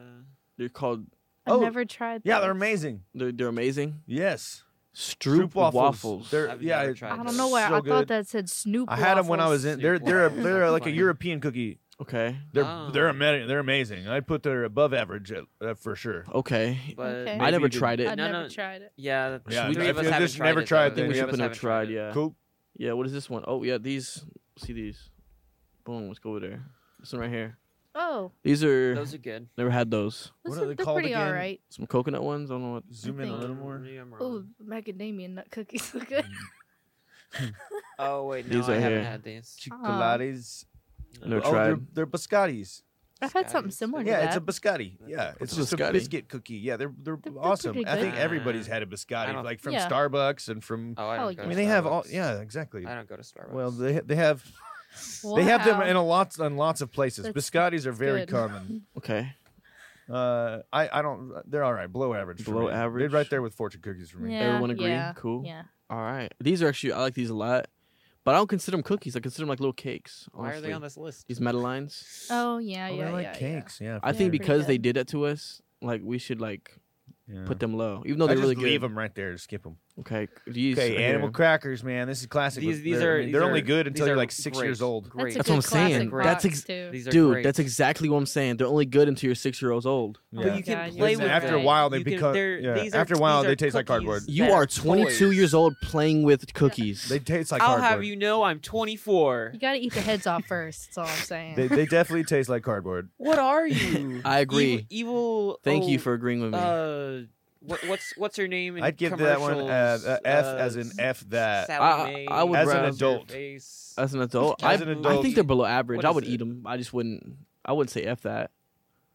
They're called.
I've
Oh,
never tried.
yeah, they're
those.
amazing.
They're, they're amazing.
Yes,
Stroop, waffles.
They're,
I've
yeah,
never
I-
tried
I don't know why
So
I
good.
thought that said Snoop.
I had them when I was in. They're
Snoop
they're a,
waffles.
they're
That's
like a
funny.
European cookie.
Okay.
They're
Oh.
they're ama- they're amazing. I put they're above average at, uh, for sure.
Okay.
But
Okay.
I
Maybe
never
you could-
tried
I
it.
no,
never
no.
tried it.
Yeah.
Yeah,
we-
three
if
of us
you
haven't
just
tried
never
it,
tried,
though.
I think we
then you
Three of
should
us
put never
haven't
tried.
it.
Yeah.
Cool.
Yeah. What is this one? Oh yeah. These. See these. Boom. Let's go over there. This one right here.
Oh,
These are.
Those are good.
never had those.
What
those
are
are,
they
they're
called
pretty
again?
all right.
Some coconut ones. I don't know what.
Zoom in a
think- Uh-huh.
little more.
Maybe I'm wrong.
Oh, macadamia nut cookies look good.
Oh wait, no,
These
I
are
haven't
here.
had these.
Chocolates.
No,
oh, they're,
tried.
they're biscottis.
I've had something
Biscottis.
similar to
Yeah,
that.
it's a biscotti. Yeah,
What's
it's
a
just a
biscotti?
biscuit cookie. Yeah, they're they're,
They're- they're
awesome.
pretty
I think
good.
everybody's
Uh,
had a
I
biscotti,
don't-
like from
Yeah.
Starbucks and from.
Oh, I,
Oh,
don't
yeah.
I
go to
mean, they have all.
Starbucks.
Yeah, exactly.
I don't go to Starbucks.
Well, they they have they have them
Wow.
in a lots on lots of places.
That's
biscottis are very
good.
common.
Okay.
Uh, I I don't. They're all right. Below average. for
Below
me.
average.
They're right there with fortune cookies for me.
Yeah,
Everyone agree?
yeah,
Cool.
Yeah.
All right. These are actually I like these a lot, but I don't consider them cookies. I consider them like little cakes.
Why are they
honestly.
on this list?
These Madeleines.
Oh yeah,
Oh,
yeah,
they like
yeah,
cakes. Yeah.
I
Yeah,
think
pretty
because
good.
they did that to us, like we should like put them low, even though
I
they're really
just leave
good.
them right there. Skip them.
Okay. These
Okay,
right
animal
here.
crackers, man. This is classic.
These
with-
these
they're, I
are
mean,
these
they're only
are-
good until
these
you're
are
like six
great.
years old.
That's,
Great.
a
That's
good
what I'm saying.
classic
That's
box,
ex-
too.
These are
Dude,
great.
that's exactly what I'm saying. They're only good until you're six years old.
But
Yeah.
you can
God,
play
yes.
with
After a
them.
while, they
You can-
become-
they're-
yeah,
these are-
after a while,
these
they
are
taste like
cookies
cardboard.
You
that
are 22
toys.
years old playing with cookies.
They taste like
I'll
cardboard.
have you know, I'm 24.
You gotta eat the heads off first. That's all I'm saying.
They, they definitely taste like cardboard.
What are you?
I agree.
Evil. evil
Thank you
oh,
for agreeing with me.
Uh, what, what's what's her name? In
I'd give that one uh, uh,
commercials?
F
Uh,
as in F that.
Sally
I- I-
Mae,
I would
As an
What's her
adult.
face?
As an adult, I,
As an
I
adult-
think they're below average.
What
I
is
would eat
it?
them. I just wouldn't. I wouldn't say f that.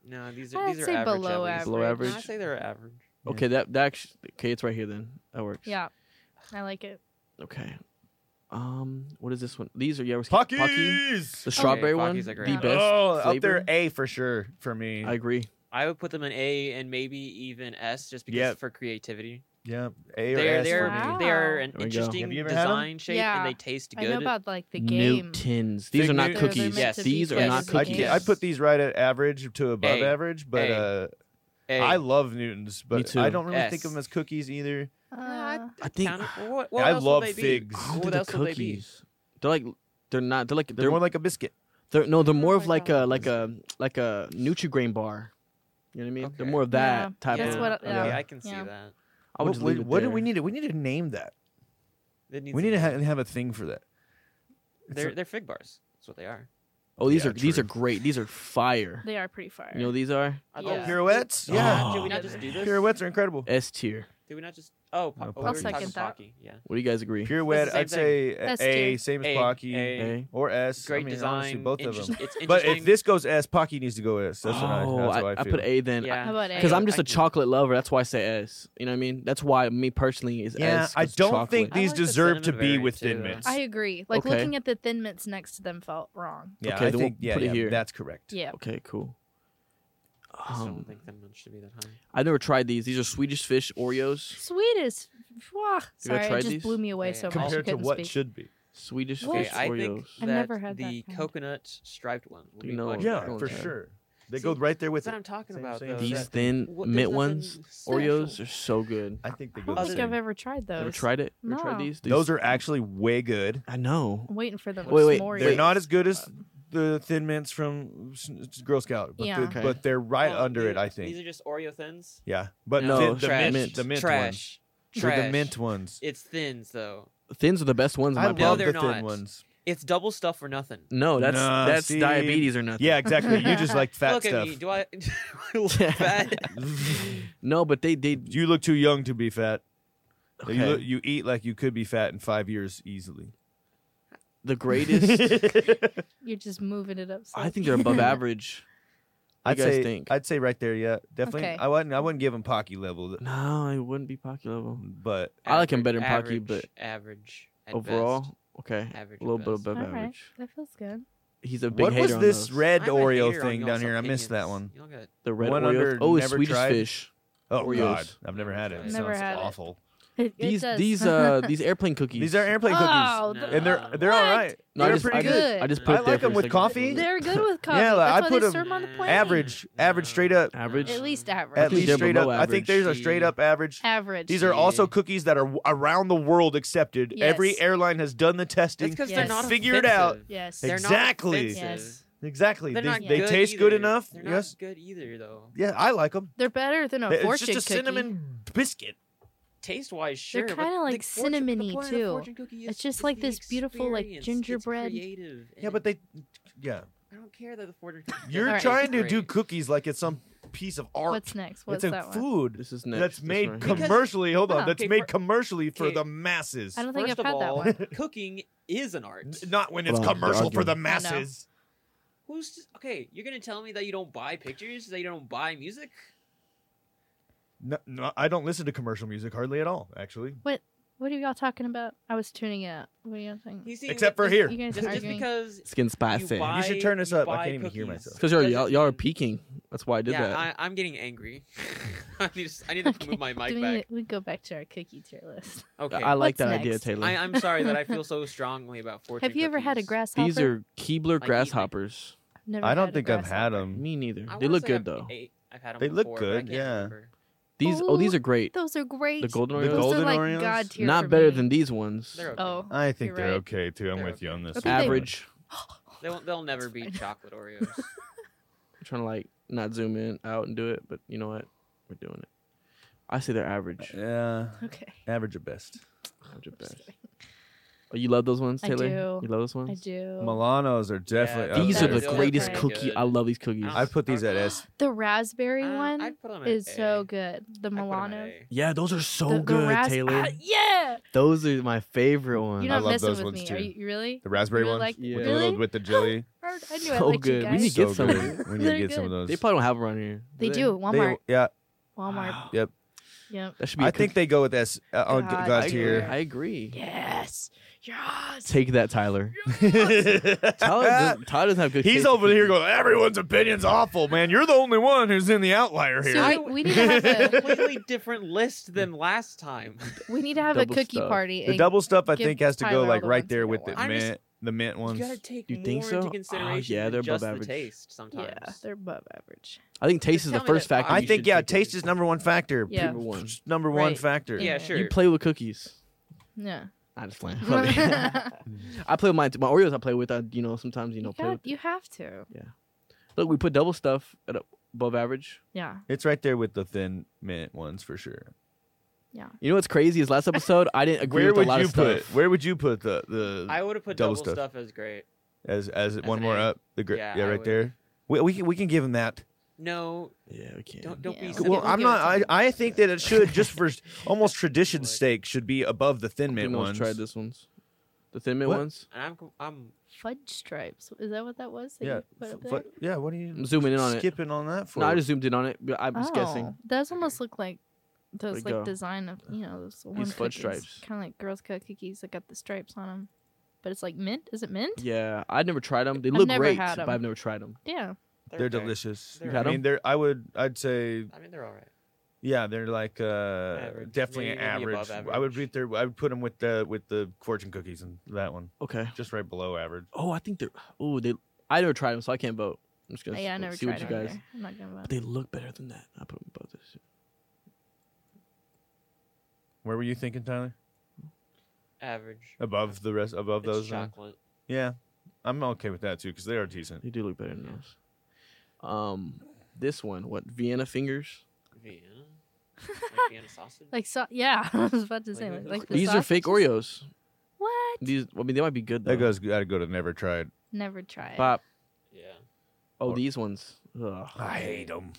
No, these are
I'd
these are
say
average.
below
at
average.
least.
Below
No, I
average.
say they're average.
Yeah.
Okay, that that actu- okay. It's right here then. That works.
Yeah, I like it.
Okay. Um, what is this one? These are yeah. we're-
Pucky.
Pucky. The strawberry one.
Pucky's
The
a
best.
great one.
oh,
flavor.
up there eh. A for sure for me.
I agree.
I would put them in A and maybe even S just because
Yep.
for creativity.
yeah, A or
They're
S
they're
for me.
Wow.
they're an
There we go.
interesting
Have you ever had 'em?
design shape
Yeah.
and they taste
I know
good.
about like the game.
Newtons. These
Fig
are not
Newtons.
They're- they're
cookies.
meant
Yes,
to be
these are
good
not
as a
Yes.
I,
cookies.
game.
I put these right at average to above
A.
average, but
A.
uh,
A.
I love Newtons, but
too.
I don't really think
S.
of them as cookies either.
Uh,
I think
Count 'em. What- what
I
else would
love
they be?
figs.
I don't
What
think they're
else would they be?
cookies. They're like they're not. They're like
They're, more like a biscuit.
They're, no, they're more
Oh
of
my
like
God.
a like a like a NutriGrain bar. You know what I mean? They're
Okay.
more of that
Yeah,
type.
that's
of,
what-
okay.
yeah.
Okay, I can see
Yeah.
that.
I would
What,
just
what,
leave it
what do
there.
we need? To, we need to name that.
It needs
We need
be-
to ha- have a thing for that. It's
They're
a-
they're fig bars. That's what they are.
Oh, these
Yeah,
are these
true.
are great. These are fire.
they are pretty fire.
You know what these are
I
Yeah.
love-
pirouettes.
Yeah,
Oh.
did we not just do this?
pirouettes are incredible.
S tier.
Did we not just? Oh, po-
No,
oh, we
I'll
were talking
second that.
Pocky, Yeah.
What do you guys agree?
Pure wed,
the same
I'd say a,
That's
A,
two.
same as
A,
Pocky,
A.
Eh?
or S.
Great
I mean,
design.
honestly, both
interest-
of them.
It's interesting.
But if this goes S, Pocky needs to go S. That's what I,
oh,
that's
I,
how I,
I
feel.
put A then.
yeah,
How about A?
Because I'm just
I
a
can-
chocolate lover. That's why I say S. You know what I mean? That's why me personally is
Yeah,
S.
I
'cause
don't
chocolate.
think
I
these
like the
deserve to
cinnamon
be
variant,
with
too,
Thin
though.
Mints.
I agree. Like
Okay.
looking at the Thin Mints next to them felt wrong.
yeah,
Okay,
I
then
think
we'll
yeah,
put it
yeah,
here.
that's correct.
Yeah.
Okay, cool.
I just don't
Um,
think that much should be that high.
I've never tried these. These are Swedish fish Oreos.
Sweet as. Wah. Sorry,
tried
it just
these?
blew me away
Yeah,
so
yeah.
much. I
Compared to
couldn't
what
speak.
should be.
Swedish
What?
fish
Okay, I think
Oreos.
I've
that
never had
the
that kind.
coconut striped one. Would
You
be
know
much
what
Yeah,
I'm
better.
going
for
with.
sure. They
See,
go right there with
That's
it.
what I'm talking
Same,
about.
same.
though,
These
that-
thin
what- there's
mint
nothing
ones.
special.
Oreos are so good.
I think they
I
go
don't
the
think
same.
I've ever tried those.
Ever tried it? Ever
No.
tried these? These-
Those are actually way good.
I know.
I'm waiting for them.
Wait, wait,
s'mores.
They're
Wait.
not as good
Uh,
as the Thin Mints from S- S- Girl Scout, but,
Yeah.
the-
Okay.
but they're right
No,
under it,
these-
I
These
think.
are just Oreo thins.
Yeah, but
No,
thin- the,
trash.
mint, the mint ones,
trash. Trash.
They're the mint ones.
It's thins though.
Thins are the best ones. In
I
my
love
opinion.
they're
the thin
not.
ones.
It's double stuff for nothing.
No, that's
Nah,
that's
see?
diabetes or nothing.
Yeah, exactly. You just like fat
Look
stuff.
at me. Do I? do I look fat?
No, but they they
you look too young to be fat.
okay.
You, look, you eat like you could be fat in five years easily.
the greatest.
You're just moving it up.
I think they're above average.
I'd
guys
say,
think?
I'd say right there, yeah, definitely.
Okay.
I wouldn't, I wouldn't give them Pocky level,
No, it wouldn't be Pocky level.
but
I like 'em better than Pocky,
average,
but
average at
Overall,
best.
okay,
Average
a little
at
bit
best.
above
All right.
average.
That feels good.
He's a big
what
hater
was
on
this
those.
red
I'm a
Oreo
hater on
thing
y'all's
down here? I missed that
opinions.
one.
Y'all got-
The red
one
Oreo.
under
oh, it's
never
Swedish
tried?
fish.
Oh
Oreos.
God, I've never had it. It
Never
sounds
had it.
awful.
It- it
These
does.
these uh these airplane cookies.
These are airplane cookies,
Oh,
cookies.
the-
and they're they're all
What?
right.
No, I
they're
just,
pretty
I just-
good.
good.
I just put
I
it there
like
for
them
a
with
second.
coffee.
They're good with coffee.
Yeah, like,
That's
I
why
put
they
'em
serve 'em on the plane.
average, average, straight up.
Average.
At least average.
At
think
least
they're
straight up.
below
I think
average.
there's a straight up average.
average.
These are also cookies that are w- around the world accepted. Every
Yes.
airline has done the
That's
testing.
because
Yes.
they're not
Figure it out.
offensive.
yes.
They're not
Exactly.
offensive.
Yes.
Exactly.
They're
they
not
they
good
taste
either.
good enough.
They're not
Yes.
good either though.
Yeah, I like them.
They're better than a
It's
Oh, fortune
just a
cookie.
cinnamon biscuit.
Taste wise, sure. but
kinda
the
like
fortune- the
cinnamony,
point of the
too.
fortune cookie is-
It's just
is
like
the
this beautiful, like,
experience. It's
gingerbread-
creative
Yeah,
and
but they. Yeah,
I don't care that the fortune. cookie
you're
doesn't
trying
taste
to do
great.
cookies like it's some piece of art.
What's next? What's
it's a
that one?
food.
This is next.
that's
This
made
right here.
Because-
commercially. Hold on,
Huh.
that's
Okay,
made
for-
commercially for
okay.
the masses.
I don't think
First
I've
of
had that
all,
one.
cooking is an art.
N- Not when it's
Well,
commercial for the
arguing.
I know.
masses.
Who's just, okay? You're gonna tell me that you don't buy pictures, that you don't buy music?
No, no, I don't listen to commercial music hardly at all, actually.
What are y'all talking about? I I was tuning out. What are y'all talking?
You see,
Except for
just-
here.
You guys
Just,
are
just
arguing.
because
Skin
you
spicy.
buy,
should turn this
you
up. I
buy
can't even hear
cookies.
myself.
Because y'all,
Doesn't
y'all y'all are
mean-
peeking. That's why I did
yeah,
that.
I, I'm getting angry. I need to, I need to
Okay.
move my mic
Do we,
back.
we go back to our cookie tier list.
Okay.
I like
What's
that idea,
next?
Taylor.
I, I'm sorry that I feel so strongly about fortune.
Have you ever had a
cookies.
grasshopper?
These are Keebler
eat
grasshoppers.
I've never
I
had a
don't think I've
grasshopper.
had them.
Me neither.
I
They
wanna
look
say
good
I've
though.
ate- I've had 'em
They look
before, but I
good,
can't
yeah.
remember.
These oh these
Ooh,
are great.
Those are great.
The golden
The
Oreos.
Those
golden
are like
Oreos?
god tier.
Not
for
better
me.
than these ones.
They're okay.
Oh,
I think
You're
they're
right.
okay too. I'm
They're
with you on this.
I think
one.
they-
Average.
They won't, they'll never be chocolate Oreos.
I'm trying to like not zoom in out and do it, but you know what? We're doing it. I say they're average.
Yeah,
okay.
average at best.
Average at best. Oh, you love those ones,
I
Taylor?
do.
You love those ones?
I do.
Milanos are definitely.
Yeah,
These
Okay.
are the
They're
greatest
pretty
cookie.
good.
I love these cookies.
I
I put these at S.
the raspberry
Uh,
one
I'd put 'em at
is
A.
so good. The
I'd put 'em at
Milano.
A.
yeah, those are so
the, the
good,
ras-
Taylor.
Ah, yeah.
Those are my favorite ones.
You're
I
not
love
messing
those
with
ones
me.
too.
Are you you really?
The raspberry
You
ones
really like- Oh,
Yeah.
with, the
Really?
little- with the jelly.
I I knew I
So
liked
good.
you
We
guys.
need to get
So
some.
good. We need
They're
to get some of
good.
those.
they probably don't have them around here.
they do.
They-
Walmart.
yeah,
Walmart.
Wow.
Yep.
Yep.
That should be. a
I think
cookie.
they go with S uh, on
God
God
I,
tier.
I agree.
Yes. Yes.
Take that, Tyler. Tyler, does, Tyler doesn't have good.
He's
taste
over
in
here
cookies.
going, everyone's opinion's awful, man. You're the only one who's in the outlier here.
So
I-
we, we need to have a
Completely different list than last time.
we need to have a
Double
cookie
stuff.
party.
the
and-
double stuff, I
give
think, has to
Tyler
go
all
like
the
right
ones
there
that
with the
one.
I'm
mint,
just-
the mint ones.
You gotta take
You
more
think so?
into
Oh,
consideration
yeah,
than
they're above
just the
average.
taste sometimes.
yeah, they're above average.
I think taste is the
tell me
first
that-
factor.
I
you
think
should
yeah,
take into
taste is number one factor.
Yeah.
Number one.
Number one
Right.
factor.
Yeah,
Yeah.
sure.
You play with cookies.
Yeah.
I just playing.
you,
I play with my my Oreos. I play with. I you know sometimes you know play
got,
with.
you have to.
Look, we put double stuff at a- above average.
Yeah.
It's right there with the thin mint ones for sure.
You know what's crazy is last episode I didn't agree
Where
with a
would
lot
you
of stuff.
put? Where would you put the the
I would have put
Double
double,
stuff.
stuff as great.
as as,
As
one
an
more
A.
up? The gr- yeah,
Yeah, I
right
would.
there. We, we can we can give him that.
No,
Yeah, we can't.
don't don't
Yeah.
be.
Well,
Well,
we'll
I'm
give it
not.
to
I,
you.
I think that it should just for almost tradition's
Like-
sake should be above the thin mint
Anyone else
ones.
tried this ones. The thin mint
What?
ones.
And I'm I'm
Fudge stripes. Is that what that was? that you
Yeah.
put up
F-
there?
what- yeah. What are you
I'm zooming in on it.
skipping on that for?
No, I just zoomed in on it. but I was guessing.
Oh, Those almost look like those
Like,
like
uh,
design of you know those one
fudge stripes.
kind of like Girl Scout cookies that got the stripes on them. But it's like mint. Is it mint?
Yeah, I'd never tried them. They look
never
great,
had 'em.
but I've never tried them.
Yeah.
they're
okay.
delicious.
They're
I
okay.
mean, they're. I would. I'd say.
I mean, they're all right.
Yeah, they're like uh,
Average.
definitely
Maybe
average.
above
I would
average.
read there. I would put them with the with the fortune cookies and that one,
Okay.
just right below average.
Oh, I think they're. Oh, they. I never tried them, so I can't vote. I'm just gonna
yeah. I
s-
never
see
tried
what you
them
guys.
either. I'm not gonna
But
lie.
they look better than that. I put them above this.
Where were you thinking, Tyler?
Average.
Above the rest, above
It's
those. uh, then?
chocolate.
Yeah, I'm okay with that too because they are decent.
They do look better than those. Um, this one, what Vienna fingers?
Vienna. Like Vienna sausage.
Like so, yeah. I was about to say
Like,
like, like the
These are fake
sausages.
Oreos.
What?
These, I mean, they might be good though.
That goes. I'd go to never tried.
Never tried.
Pop.
yeah.
Oh,
Or-
these ones. Ugh.
I hate them.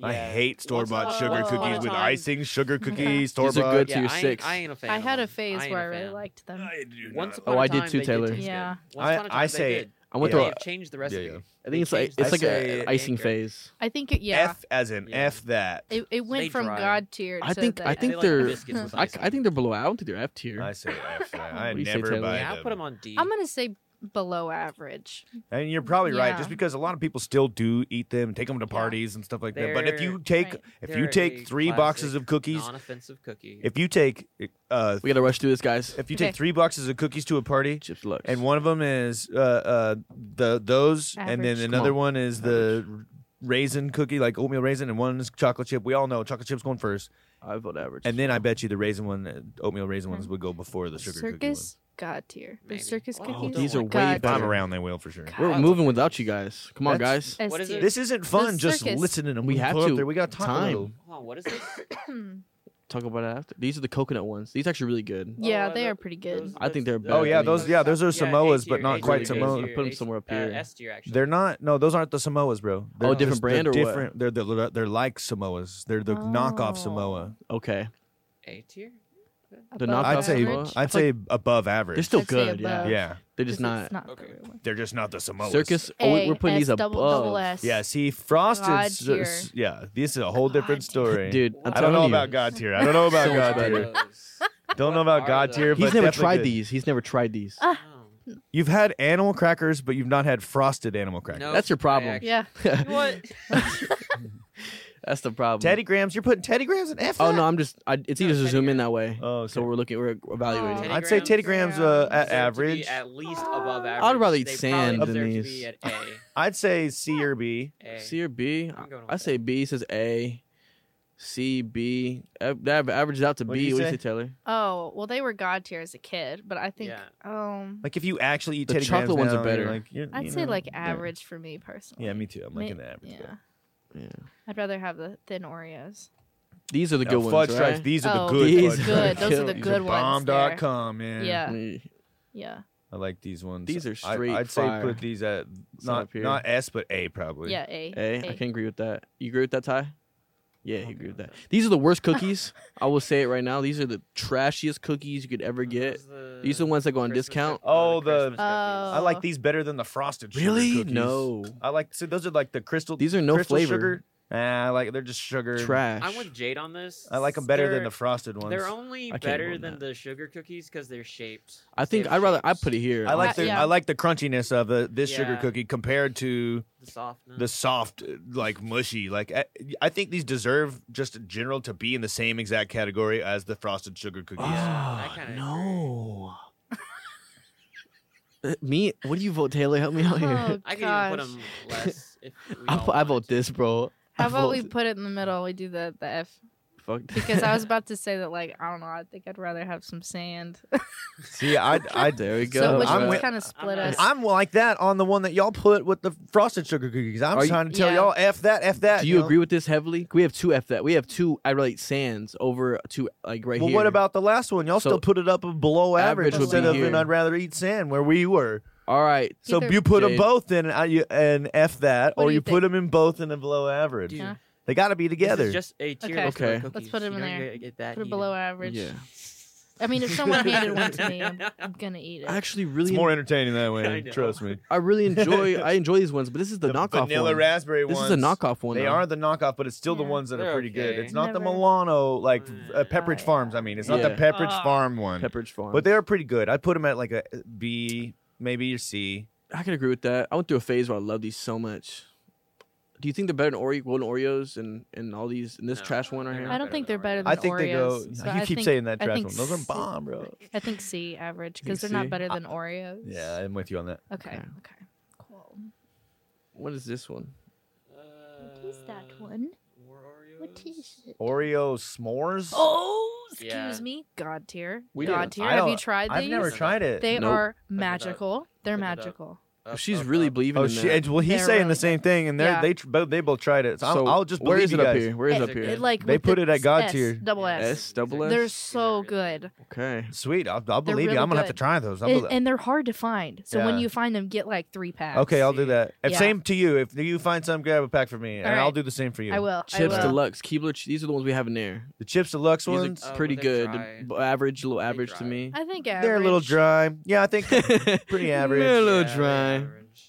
I
Yeah.
hate store bought
Once upon a-
sugar
once upon a
cookies with
time-
icing, sugar
Okay.
cookies, store
These are
bought.
good.
Yeah,
to your
I, ain't-
six.
I ain't a fan.
I
of
had a
them.
phase
ain't
where I
a
really
fan.
liked them.
Once
Once
upon
Oh,
a
I did
time,
too,
they
Taylor.
taste good.
Yeah.
Once
I-
upon a time,
I
they
say-
did.
I went
They
through.
have
A,
changed the
yeah.
recipe.
I think it's
They
like
changed
it's
the
like a,
recipe.
an icing
Anchor.
phase.
I think it. Yeah.
F as in
Yeah.
F that.
it, it went
They
from
dry.
god tier.
I
to
think-
the
I
F.
think
They like
they're-
biscuits with
I,
icing.
I think they're below. I don't think they're F tier.
I say F that. I
What do you say,
never
Taylor?
buy
Yeah, I'll put them
them.
on D.
I'm gonna say below average.
And you're probably right, just
Yeah.
because a lot of people still do eat them, take them to parties and stuff like that. But if you take
Right.
if
They're
you
a
take three boxes
classic
of cookies,
non-offensive cookie.
if you take uh,
We gotta rush through this, guys.
if you
Okay.
take three boxes of cookies to a party,
Chips Lux.
and one of them is uh, uh the those, and
Average.
then
Come
another
on.
one is the raisin cookie, like oatmeal raisin, and one is chocolate chip. We all know chocolate chip's going first.
I vote average.
And then I bet you the raisin one, uh, oatmeal raisin ones would go before the sugar
Hmm. circus god tier. The
Maybe.
circus
Oh,
cookies.
these are way
god
cookie one.
better.
I'm
tier.
around, they will for sure.
we're
God
moving without you guys. Come on,
That's-
guys.
S
What is
tier.
it?
This isn't fun just
circus.
listening to
We
people
have
up
to.
there. We got time. a
Time.
little.
Hold on, what is this? Oh,
Talk about it after. These are the coconut ones. These are actually really good.
yeah,
Oh,
they
uh,
are pretty good.
those-
I think they're
those-
better
Oh, yeah,
than
those-
these.
yeah, those are Samoas, but
A-tier,
not
A-tier,
quite Samoas.
A-tier,
Put 'em somewhere up
uh,
here.
S tier actually.
They're not. No, those aren't the Samoas, bro. They're
Oh, different
just-
brand
they're
or what?
different. They're, they're they're like Samoas. They're the
Oh.
knockoff Samoa.
Okay.
A tier.
The
Above
knockout
I'd say
Samoa?
average.
I
I'd
feel
say above average.
They're still
I'd say
good. Yeah.
above.
yeah.
They're just
This is
not.
Okay.
the real one.
They're just not the Samoas.
Circus. Oh, we-
A,
we're putting
S,
these above.
double- double S.
Yeah, see, frosted.
God
s-
tier.
s- yeah, this is a whole different
God
story.
Dude, I'm
I don't know
telling you.
about God tier. I don't know about
So much
God
better.
tier. Don't know about
What
God
are
tier.
those?
He's
but
never
definitely
tried
good.
these. He's never tried these.
Ah.
You've had animal crackers, but you've not had frosted animal crackers.
No.
That's your problem.
actually-
Yeah.
What?
That's the problem.
Teddy grams. You're putting Teddy grams in F.
Oh
that?
no, I'm just. I, it's easy to
Teddy
zoom in
Graham.
that way.
Oh,
So we're looking. We're evaluating.
Teddy
I'd say Teddy
grams,
grams uh,
um, Deserve
at
to be
average.
At least above average.
rather eat
They probably
sand than
deserve to
these.
be at A.
I'd say C or B.
A.
C or B?
I'm going with
I say B says A. C B. A- That averages out to
What do
B.
you
What do you
say?
say, Taylor?
Oh well, they were god tier as a kid, but I think
Yeah.
um
Like if you actually eat
The
Teddy
chocolate
grams
ones are
now, you're
better.
Like, you're,
I'd
you
say
know,
like
yeah.
average for me personally.
Yeah, me too. I'm
May-
liking the average.
Yeah.
Yeah.
I'd rather have the thin Oreos.
These are the
Now,
good
fudge
ones,
stripes,
right?
These are
Oh,
the good.
these
fudge
are
stripes.
good. Those are the
These
good ones there.
Bomb.com, man.
Yeah.
Mm,
Yeah,
I like these ones.
These are
I-
straight
I'd
fire.
say put these at
It's not
not
up here.
not S but A probably.
yeah. A.
A. I can agree with that. You agree with that, Ty? Yeah, he
Okay
agree with
with
that. These are the worst cookies. I will say it right now. These are the trashiest cookies you could ever get.
Those the
These are the ones that go on
Christmas
discount.
cookies.
Oh, the-
Christmas cookies.
Oh.
I like these better than the frosted. sugar
Really?
cookies.
No.
I like so those are like the crystal.
These are no
crystal
flavor.
Sugar. Ah, I like they're just sugar.
Trash.
I'm with Jade on this.
I like them better
They're-
than the frosted ones.
They're only
I can't
better
ruin
than
that.
the sugar cookies because they're shaped.
I think
They
I'd
have
rather I
shapes.
put e it here.
I like the
Yeah.
I like the crunchiness of uh, this sugar
Yeah.
cookie compared to
the softness.
Mm-hmm.
the soft, uh, like mushy. Like I, I think these deserve just in general to be in the same exact category as the frosted sugar cookies.
I
Ah,
kinda agree.
no. Uh, Me? What do you vote, Taylor? Help me out here.
Oh
I can even
gosh.
put them less. If we
I,
all
vo- I
wanted
vote
to.
this, bro. I
How about we
vote-
put it in the middle? We do the the F
Fuck that.
because I was about to say that like I don't know. I think I'd rather have some sand.
See, I, I,
Ah, there we go.
so which
I'm
one's
with-
kind of split
I'm
us?
not-
I'm like that on the one that y'all put with the frosted sugar cookies. I'm
Are you-
trying to tell
Yeah.
y'all f that, f that.
Do you
know?
agree with this heavily? We have two F that. We have two. I relate sands over two like right
Well,
here.
what about the last one? Y'all
So-
still put it up below
Average
average,
would be
instead of
here.
an I'd rather eat sand where we were.
All right.
So
Either-
you put them
Jade.
both in uh, you- and F that,
What
or
do
you,
you
put them in both and then below average.
Dude,
Yeah.
They got to be
this is
together.
just a tier
Okay.
list of
Okay.
cookies.
Let's put 'em
You
in
don't
there.
get- get that
Put it
eaten.
below average.
Yeah.
I mean, if someone handed one to me, I'm, I'm gonna eat it.
I actually really,
it's more entertaining that way.
I know.
Trust me.
I really enjoy, I enjoy these ones, but this is the, knockoff
vanilla
one.
raspberry
this
ones.
is a knockoff one.
They
though.
are the knockoff, but it's still the
Yeah.
ones that are
They're
pretty good.
okay.
It's not the
Never-
Milano like uh, Pepperidge
Yeah.
Farms. I mean, it's not the
Yeah.
Pepperidge
Ah.
Farm one,
Pepperidge Farm.
but they are pretty good. I put them at like a uh, B, maybe a C.
I can agree with that. I went through a phase where I loved these so much. Do you think they're better than Oreo, golden Oreos and and all these and this
No,
trash one right
they're
here?
not.
I don't think they're better
better
than
I think
Oreos.
they go.
so
you
I
keep
think-
saying that
I
trash
think
one. Those are
C-
bomb, bro.
I think C average
Think
because they're not
C?
better than Oreos.
Yeah, I'm with you on that.
Okay.
Okay.
Okay. Cool.
What is this one?
What
What
Uh,
is that one? What is it?
Oreo s'mores.
Oh, excuse
Yeah.
me. God tier.
We
God
didn't-
tier.
I
Have
don't-
you tried
I've
these?
never tried it.
They
Nope.
are
up.
magical. They're
Look it up.
magical.
If she's really believing
Oh
in
shit!
that.
Well, he's
They're
saying
really
the same thing, and they're,
Yeah.
they tr- both they both tried it. So, I'll, I'll just
where
believe
is it
you
up
guys.
here? Where is it up
It-
here?
It, like
They
with
put
the
it at God
S,
tier.
Double S.
S, double S?
They're so good.
Okay.
Sweet, I'll, I'll
They're
believe you.
really
I'm gonna have
good.
to try those. I'll
And-
believe-
and they're hard to find. So when
Yeah.
you find them, get like three packs.
okay, I'll do
see.
that. If
Yeah.
Same to you. If you find some, grab a pack for me, and
All right.
I'll do the same for you.
I will.
Chips
I will.
deluxe, Keebler. ch- These are the ones we have in there.
The chips deluxe
These
ones.
are
Oh,
pretty
they
good,
dry.
b- average, a little average to
dry.
me.
I think
They're a little
average.
dry. Yeah, I think a Pretty average.
They're a little
Yeah,
dry.
average.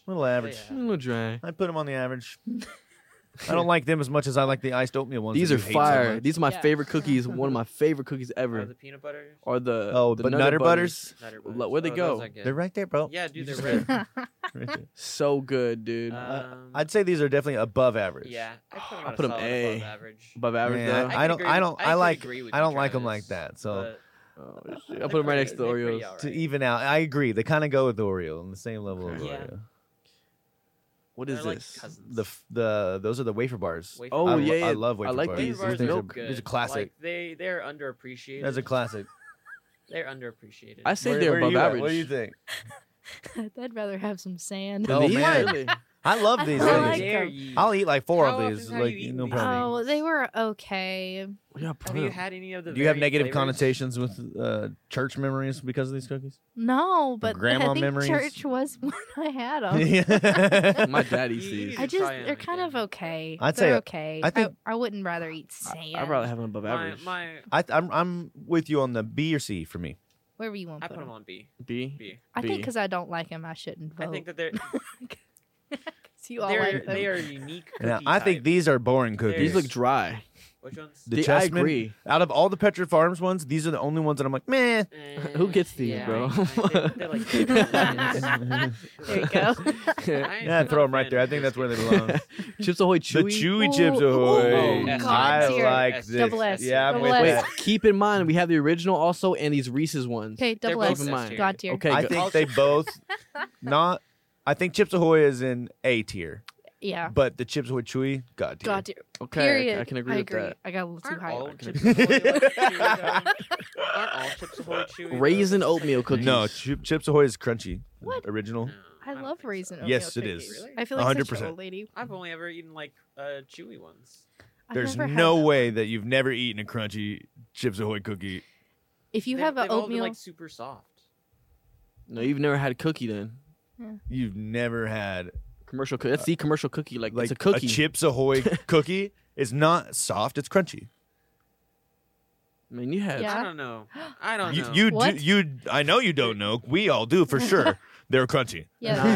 little average.
A little dry.
I put them on the average. I don't like them as much as I like the iced oatmeal ones.
These
that
are
you hate so
fire.
much.
These are my
Yeah.
favorite cookies. One of my favorite cookies
Are
ever.
the peanut butter?
Are the
Oh,
the
but
Nutter
Nutter
Butters.
Butters?
Nutter
Lo-
Butters.
where'd they
Oh,
go?
those aren't good.
They're right there, bro.
Yeah, dude,
You
they're
just-
red.
right there.
So good, dude.
Um,
I'd say these are definitely above average.
yeah, I put them,
I put 'em A.
Average.
Above average
Yeah,
though.
I don't-
could agree
I
with-
don't- I
could
like-
agree with
I
you,
don't like 'em like
Travis,
that, so-
Oh, shit. I put them right next to the
They're pretty
Oreos.
alright.
To even out, I agree. They kind of go with the Oreo on the same level of
Okay.
Yeah.
Oreo.
What
They're
is
like
this?
cousins.
The f- the those are the wafer bars.
Wafer
Oh,
I,
bars.
lo-
yeah, yeah.
I love wafer
I like
bars.
these.
Wafer bars
These
are
are-
good.
these are classic.
Like, they they're underappreciated.
That's a classic.
They're underappreciated.
I say
Where-
they're
where
above
you at?
average.
What do you think?
I'd rather have some sand.
Oh,
These?
man.
Really?
I love
I
these.
like
How
things.
them.
dare you?
I'll eat like four
How
of
often
these.
have
Like
you eaten
no
these?
problem.
Oh, they were okay.
Yeah,
Have
put
you
them.
had any of the?
Do you have
variant
negative
flavors?
connotations with uh, church memories because of these cookies?
No, but
grandma
I think
memories?
church was when I had them.
I
My dad eats
You-
these.
you
I
should
just
try 'em
they're kind of
again.
okay.
I'd say-
they're okay.
I
I
think-
I, wouldn't rather eat
I-
sand.
I'd rather have them above
My,
average.
my,
I'm I'm with you on the B or C for me.
wherever you want
I
to
put them on B.
B.
B.
I think
B.
because I don't like them, I shouldn't
I
vote.
think that they're
'Cause Oh. you all
they're
like them.
they are unique.
Now,
cookie
I think
type.
these are boring cookies.
These look dry.
Which ones?
the
They- I
Chessmen,
agree.
Out of all the Petra Farms ones, these are the only ones that I'm like, meh.
Who gets these,
yeah,
bro?
I- I- they're- they're like-
there you go.
yeah,
I-
Yeah,
I'm
throw them
not a
right
fan
there.
of
I think that's where they
those.
belong.
Chips Ahoy
the
Chewy.
Chewy
Ooh,
chips,
ooh,
ahoy!
ooh,
I
God tier.
like this.
Double S,
Yeah, I'm
double
with
S.
Wait,
that.
keep in mind we have the original also and these Reese's ones.
Okay, double
both
S,
S tier.
God tier.
Okay,
I
go-
think they both not. I think Chips Ahoy is in A tier,
Yeah,
but the Chips Ahoy Chewy, God tier.
God tier.
okay,
Period.
I can agree with that.
I got a little too
Aren't
high.
all
on it.
chips Ahoy like chewy, though? Aren't all chips Ahoy chewy? though?
Raisin
That's just
oatmeal
like a
cookies.
thing.
No, Chip, Chips Ahoy is crunchy.
What?
Original.
No,
I
don't
love
think so.
raisin oatmeal.
Yes, it
cookies.
is.
Really?
I feel like such
100%.
an old lady.
I've only ever eaten like uh, chewy ones.
I've
There's
never had
no
them.
way that you've never eaten a crunchy Chips Ahoy cookie.
If you
They've-
have an
they've all been,
oatmeal,
like super soft.
No, you've never had a cookie then.
You've never had
Commercial cookie. That's the commercial cookie. Like,
Uh, like
it's a cookie.
Chips Ahoy cookie. It's not soft. It's crunchy.
I mean, you had.
Yeah.
I don't know. I don't
You,
know.
you do.
What?
You. I know you don't know. We all do for sure. They're crunchy.
yeah,
Nah,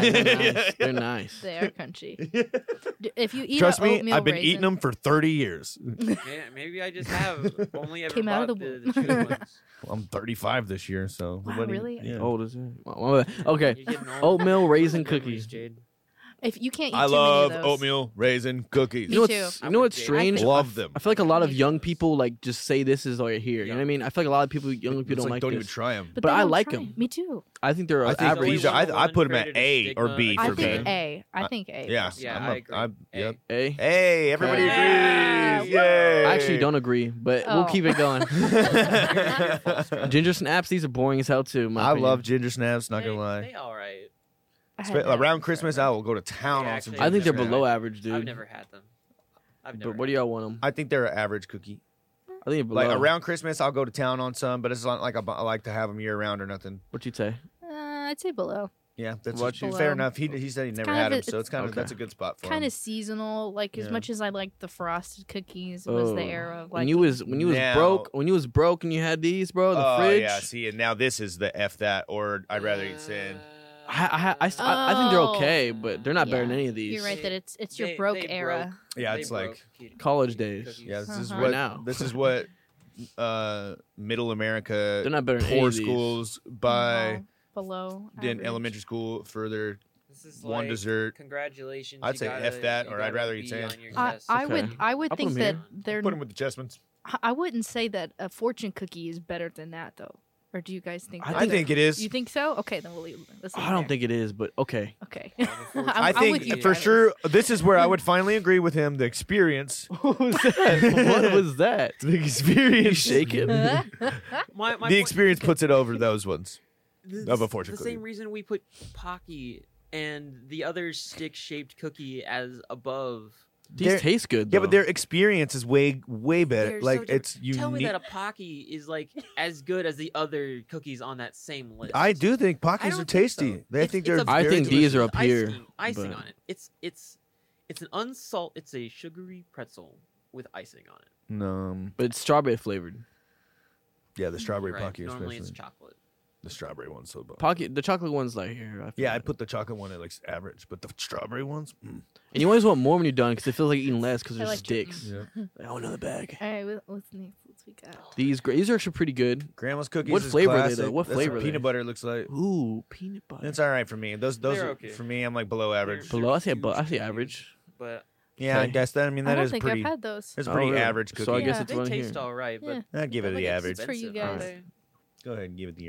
they're
they're-
nice. They're nice.
they are crunchy. D- if you eat a
Trust me,
oatmeal
I've been
raisin,
eating them for thirty years.
May- Maybe I just have only ever
Came
bought
out of
the,
the
the chewy ones.
I'm 35 this year, so.
Wow,
what do you-
really?
yeah.
Old as hell. Wow, my bad. Okay.
You're getting old.
Oatmeal raisin
Memories,
cookies.
Jade.
If you can't eat
I
too
love
many of those,
oatmeal raisin cookies.
You know
Me too.
what's, you know what's
I
strange?
think-
Love them.
I feel like a lot of young people like just say this is all you hear. You know
Yeah.
what I mean? I feel like a lot of people, young
It's
people, don't like,
don't even
this.
try them.
but,
but
they
I
don't
like
try.
'em.
Me too.
I think they're
I think
average.
these are- I- I put 'em at
created
A
stigma
or B
I
for
think
me.
A. I think A.
Yes.
Yeah,
I'm
I
a-
agree.
I'm-
A.
yep.
Eh?
Hey, everybody
Yeah.
agrees.
Woo!
Yay.
I actually don't agree, but we'll
Oh.
keep it going.
I
Ginger snaps, these are boring as hell too. in my opinion.
love ginger snaps, not gonna
They-
lie.
They all right.
I had
Spe-
that.
around Christmas, I will go to town
Yeah,
on some
actually,
ginger
I think they're
Ginger
snaps.
below average, dude.
I've never had them. I've never.
but what do
had
y'all want them?
I think they're an average cookie.
I think they're
Like
below.
around Christmas, I'll go to town on some, but it's not like I, bu- I like to have them year round or nothing.
What you say?
Uh, I'd say below.
Yeah, that's
What
you-
fair enough. He, he said he never
kind
had
of
them,
a-
so it's kind of
Okay.
that's a good spot for
Kind
him.
of seasonal, like as
Yeah.
much as I liked the frosted cookies, it was
Oh.
the era of
when
like
you was when you was
Now-
broke when you was broke and you had these, bro, the
oh
fridge.
yeah, see, and now this is the f that, or I'd rather eat sin.
I, I, I, I, I think
Oh.
they're okay, but they're not better
Yeah.
than any of these.
you're right that it's it's your
They-
broke
they
era.
Yeah,
They
it's
broke
like
kid-
College
kid
days.
cookies.
yeah, this is
Uh-huh.
what
Now.
this is what uh middle America
They're not better than any
poor
of these.
schools by
Wow. below
then
average.
elementary school further
This is
one
like,
dessert.
Congratulations.
I'd
you
say
gotta-
F that,
you
or I'd
gotta
rather eat
be
sand.
on your
I,
desk.
I would
Okay.
I would
I'll put
think
'em
that
here.
they're
Put them with the chessmans.
I- I wouldn't say that a fortune cookie is better than that though. Or do you guys think?
I
that
I think it is.
You think so? Okay, then we'll leave. Let's
Oh,
leave
I
it
don't
there.
think it is, but okay.
Okay.
I'm a fortune-
I'm-
I
I'm
think
with you,
for
Travis.
sure this is where I would finally agree with him. The experience,
What was that? what was that?
the experience,
shaking?
My, my
the
point-
experience Oh, puts it over those ones.
the,
of a fortune
the
cookie.
same reason we put Pocky and the other stick-shaped cookie as above.
These
They're-
taste good.
Yeah,
though.
but their experience is way way better.
They're so
like
different.
it's unique.
Tell me that a Pocky is like as good as the other cookies on that same list.
I do think
I
Pockies
don't
are
think
tasty.
so.
They I
It's-
think
it's
they're.
a
I
very
think
delicious.
these are up here,
Icing, icing
but-
on it. It's it's it's an unsalt. It's a sugary pretzel with icing on it.
No,
But it's strawberry flavored.
yeah, the strawberry
right?
Pocky, especially
Normally it's chocolate.
the strawberry one's so bomb.
Pocket the chocolate one's like here. I feel
yeah, I
like.
put the chocolate one at like average, but the strawberry ones. Mm.
and you always want more when you're done because it feels like you're eating less because
I
there's
like
sticks.
Yeah.
Like, oh, another bag.
All right, what- what's next? What's we got?
These gra- these are actually pretty good.
Grandma's cookies.
What
is
flavor are they,
classic.
though? What
That's what
flavor are they?
Peanut butter looks like.
Ooh, peanut butter.
It's all right for me. Those those
They're
are,
okay.
for me. I'm like below average.
They're
Below, I say
huge
above, I say
cookies.
average.
But
Yeah, I
Okay.
guess that. I mean,
I
that
don't
is
think
pretty.
I've had those.
It's a
Oh,
pretty
really?
around average cookie.
So I guess
Yeah,
it's
they
one
taste
here.
all right. But
Yeah.
I'd give
I
it
feel
the
like it's
average.
For you
expensive, aren't
guys.
they?
Go ahead and give it the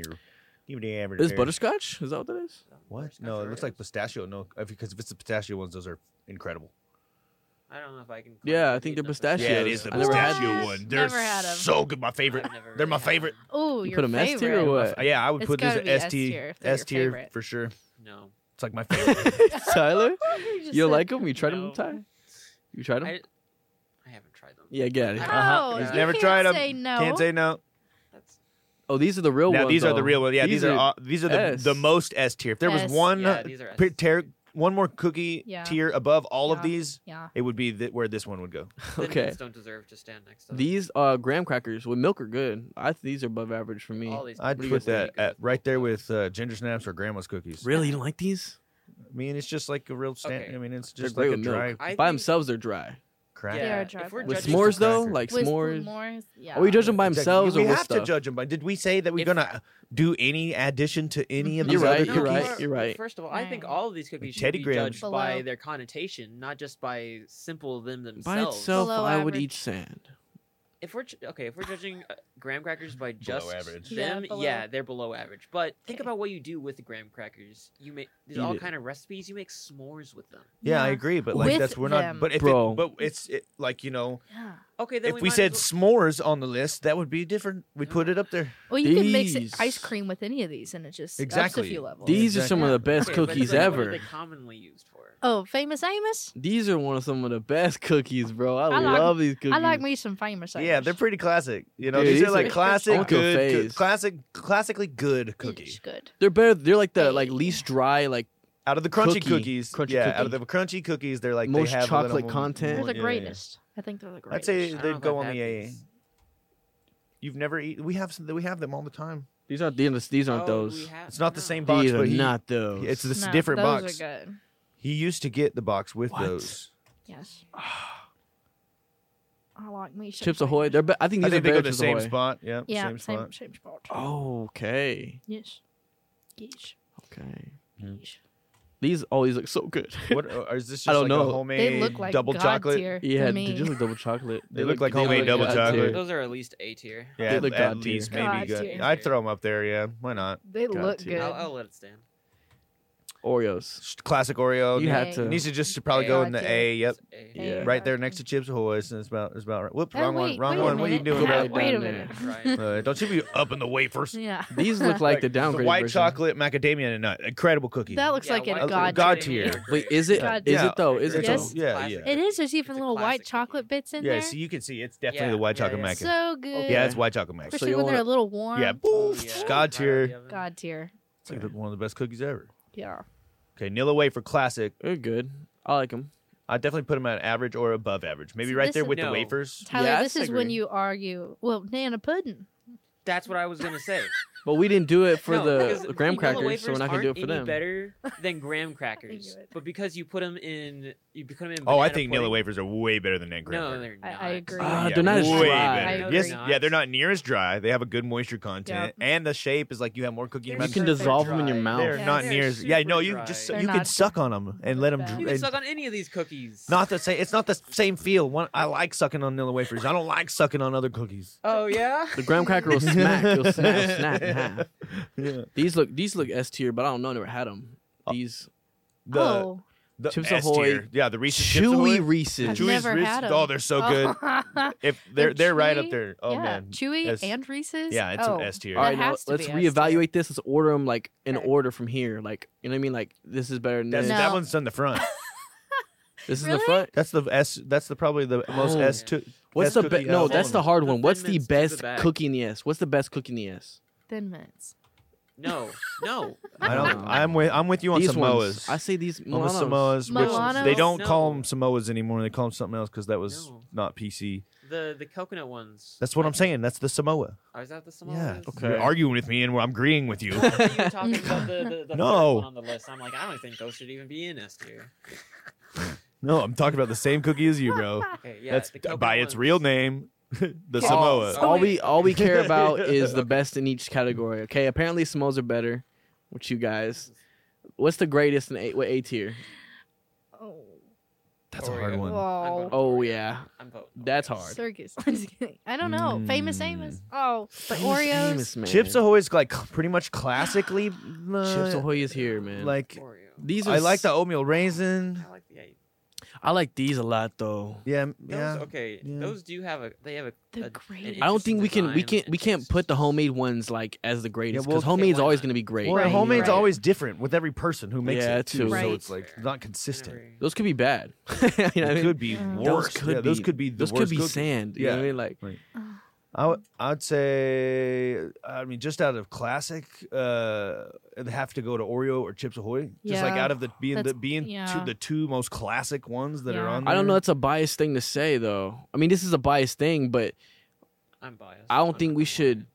give it the average.
This
Barry.
butterscotch? Is that what that is?
What?
Butterscotch
No, it
or
looks like pistachio. No, because if it's the pistachio ones, those are incredible.
I don't know if I can. claim
Yeah, I
to
think
be
they're
something.
pistachios.
Yeah, it is the
I never had
pistachio
these.
one. They're
Never had 'em.
so good. My favorite.
I've never
They're my
had
favorite.
them.
Oh,
You
your
put 'em S
favorite.
tier or what?
Yeah, I would
It's
put this
gotta
at
be
S
S tier
tier.
if they're
S
your
tier
favorite.
for sure.
No,
It's like my favorite.
Tyler,
You just
you
said-
like them? You tried them,
No.
Ty? You tried them?
I, I haven't tried them.
yeah, get it.
I-
Oh,
Uh-huh.
you
He's
never
can't
tried 'em.
Say no.
Can't say no.
That's
Oh, these are the real
now
ones.
these are
though.
the real ones. Yeah, these, are, all, these are the,
S.
the most S tier. If there was
S.
one
yeah, these are.
p-
S-
tier, one more cookie
Yeah.
tier above all
Yeah.
of these,
Yeah.
it would be th- where this one would go.
the
okay.
nuts Don't deserve to stand next to them.
These uh, graham crackers with milk are good. I th- these are above average for me.
All these
I'd
cookies
put
are really
that
good.
at, right there with uh, ginger snaps or grandma's cookies.
Really, you don't like these?
I mean, it's just like a real stand.
Okay.
I mean, it's
They're
just
great
like a
with milk.
dry
I
by
think-
themselves, they're dry.
crack.
They are
Yeah,
dry
if we're
They're
With
judging
s'mores
some
though,
crackers.
like
With
s'mores.
s'mores, Yeah.
Oh,
Are we judging by
Exactly.
themselves
We
or with
have to
stuff?
judge them by. Did we say that we're
If-
gonna do any addition to any of
You're
these
right,
other
you're
cookies?
right,
for-
you're right.
First of all, I think
Nah.
all of these cookies should
Teddy
be
Grahams.
judged by
Below.
their connotation, not just by simple them
by
themselves.
itself,
Below
I would
average.
eat sand.
If we're ch- okay, if we're judging uh, graham crackers by
Below
just
average.
Yeah,
them, yeah,
below.
they're below average. But think
Okay.
about what you do with the graham crackers. You make there's
Eat
all
it.
kind of recipes. You make s'mores with them.
Yeah, I agree, but like
With
that's we're
them.
not. But if
Bro.
It, but it's it, like you know,
Yeah.
Okay, then
if
we,
we,
might as
said
well-
s'mores on the list, that would be different. We put it up there.
Well, you can mix it,
These-
ice cream with any of these, and it just ups
Exactly.
a few levels.
These are
exactly.
some of the best
Okay, but it's
cookies
like, What are
ever.
they commonly used for?
Oh, famous Amos.
These are one of some of the best cookies, bro. I,
I like-
love these cookies.
I like me some famous Amos.
Yeah, they're pretty classic. You know,
Dude,
these
these
are like
are-
I
classic
want
to go
good, coo-
phase.
classic, classically good
It's
cookie. Oh,
good.
They're better. They're like the
Hey.
like least dry. Like
Out of the crunchy
Cookie.
cookies,
Crunchy
yeah, out
cookie.
of the crunchy cookies, they're like
Most
they have
chocolate
a little
content.
They're
More,
the
yeah, yeah.
greatest. I think they're the
I'd
greatest.
say
I don't know
they'd
if
go
I've
on the
had
AA.
these.
You've never eaten. We have some, we have them all the time.
these aren't these, these aren't
Oh, we
those.
have-
It's not the
no.
same box,
These are
but he-
not those.
It's this
No,
different
those
box.
are good.
He used to get the box with
What?
those.
Yes. I like me some
Chips
famous-
Ahoy. They're be- I think
I
these
think
are
they go
better
to the
Chips
same
Ahoy.
spot. Yeah,
Yeah,
same, spot. Oh.
same, same spot.
okay,
Yes. Yes.
okay.
yes.
These always look so good.
What or is this? Just
I don't
like
know.
A
They
homemade
They look like
double
God
chocolate.
tier to
yeah,
me.
did you look double chocolate?
They look like
they
homemade
look uh,
double
God
chocolate.
tier.
Those are at least A tier.
Yeah,
They
at,
look
at
God tier.
least
God
maybe good.
tier.
I'd throw them up there. Yeah, why not?
They
God
look
tier.
good.
I'll, I'll let it stand.
Oreos.
Just Classic Oreo.
You
ne-
had to.
needs to just should probably
A
go
God
in the
tier.
A. Yep,
It's A.
Yeah. Yeah.
right there next to Chips Ahoy. So it's about it's about right. Whoop,
Oh,
wrong
wait,
one, wrong
wait a
one. What are you
minute.
doing?
Yeah,
about
down
Wait a
there?
minute.
Right.
Uh, don't you be up in the wafers?
Yeah.
These look like the downgrade
white
version.
chocolate macadamia and nut. Incredible cookie.
That looks like
white
a
chocolate.
god,
God
tier.
tier.
Wait, is it? Is
God
tier.
it though? Is it
Yes.
though?
It's
yeah,
classic.
yeah.
It is. There's even
a
little white
classic
chocolate bits in
Yeah,
there.
so you can see it's definitely
Yeah,
the white
yeah,
chocolate
yeah.
mac.
so good.
yeah, it's white chocolate mac.
So
Especially
you
when
wanna-
they're a little warm.
Yeah,
Oh,
boof,
yeah.
God
Right out of
tier.
the oven.
God tier.
It's like one of the best cookies ever.
Yeah.
Okay, Nilla Wafer Classic.
They're good. I like them.
I definitely put them at average or above average. Maybe
So
right
this
there
is-
with the
No.
wafers.
Tyler,
Yeah, I
this is when
disagree.
you argue. Well, Nana Puddin.
That's what I was gonna say.
But we didn't do it for
No, because
the graham
vanilla
crackers, so we're
wafers
not gonna do
aren't
it for
any
them.
Better than graham crackers,
knew it.
but because you put them in, you put 'em in.
Oh, I
banana
think
pudding.
Nilla Wafers are way better than that graham
No,
cracker.
they're not.
I- I agree.
Ah, they're not as
way
dry.
better.
I
Yes,
agree.
yeah, they're not near as dry. They have a good moisture content, and the shape is like you have more cooking.
You
You
amount.
can
They're
dissolve them in your
dry.
mouth.
They're
Yeah,
not
they're
near as. Yeah,
super
no, you
dry.
just
They're
you can
not
suck on them and let them.
bad.
You can suck on any of these cookies.
Not the same. It's not the same feel. One, I like sucking on Nilla Wafers. I don't like sucking on other cookies.
Oh yeah.
The graham cracker will smack. You'll snap, snap in half.
Yeah.
These look, these look S tier, but I don't know. I Never had them.
Uh,
These
The,
oh,
the
Chips
S tier.
Ahoy.
Yeah, the Reese's Chips
chewy
Ahoy.
Reese's.
I've
Chewy's
never
Reese's-
had 'em.
Oh, they're so good. If they're
They're
they're right up
chewy.
there. Oh
yeah.
man.
Chewy
That's-
and Reese's.
Yeah, it's
oh.
an S tier.
All right,
That
now
has to
let's
be S tier.
reevaluate this. Let's order them like in
Okay.
order from here. Like you know what I mean? Like this is better than
That's,
this.
No.
That one's in the front.
This is the
Really?
front.
That's the S. That's the probably the most
Oh.
S two.
What's
Best
the best?
cookie
No,
out of
that's
all
the
of
hard
them.
one. What's the
Thin Mints to
best
the back.
cookie in the S? What's the best cookie in the S?
Thin mints.
No, no.
I don't.
Um,
I'm with. I'm with you on
these
Samoas.
ones. I say these
on the
Milanos.
Samoas, which
Milanos?
they don't
No.
call them Samoas anymore. They call them something else because that was
No.
not PC.
The the coconut ones.
That's what I'm saying. That's the Samoa.
Oh, is that the Samoas?
Yeah.
Okay.
You're arguing with me, and I'm agreeing with you.
I thought you were talking about the, the, the third
No.
one on the list. I'm like, I don't think those should even be in S tier.
no, I'm talking about the same cookie as you, bro.
Ah.
Okay, yeah.
That's
the coconut
by its
ones.
real name, the
All-
Samoa.
Oh,
All, we all we care about is the best in each category. Okay. Apparently Samoas are better. With you guys, what's the greatest in A? What A tier?
Oh,
That's a hard
Oreo.
one.
I'm
wow.
voting for
Oh
Oreo.
yeah,
I'm voting.
that's
Oreo.
hard.
Circus. I'm just kidding. I don't know. Famous
Mm.
Amos. Oh, but
Famous
Oreos.
Amos, man.
Chips Ahoy is like pretty much classically. uh,
Chips Ahoy is here, man.
Like
Oreo.
these, are
I like
s-
the oatmeal raisin.
I like the eight.
I like these a lot though.
Yeah, m-
Those,
yeah.
Okay,
Yeah.
those do have a. They have a.
The
a- an
greatest.
I don't think we
interesting
can we
design
can't we
and
can't
just-
put the homemade ones like as the greatest
well,
because
okay,
homemade's
why
always
not?
going to be great.
Well,
Right,
homemade's
right.
always different with every person who makes
Yeah,
it too, so
Right.
it's like not consistent.
Whenever-
Those could be bad. you know what I
It
mean?
could be
Mm.
worse.
Those could
yeah, those
be-
could be the
Those
worst
could be
cookie.
sand. You know what I
Yeah.
mean? Like
Oh,
I w- I'd say, I mean, just out of classic, uh, it'd have to go to Oreo or Chips Ahoy. Just like
Yeah.
out of the being the
That's-
being
yeah.
two, the two most classic ones that are
Yeah.
on. There.
I don't know. That's a biased thing to say though. I mean, this is a biased thing, but
I'm biased.
I don't
I'm
think
not
we
gonna
should-
lie.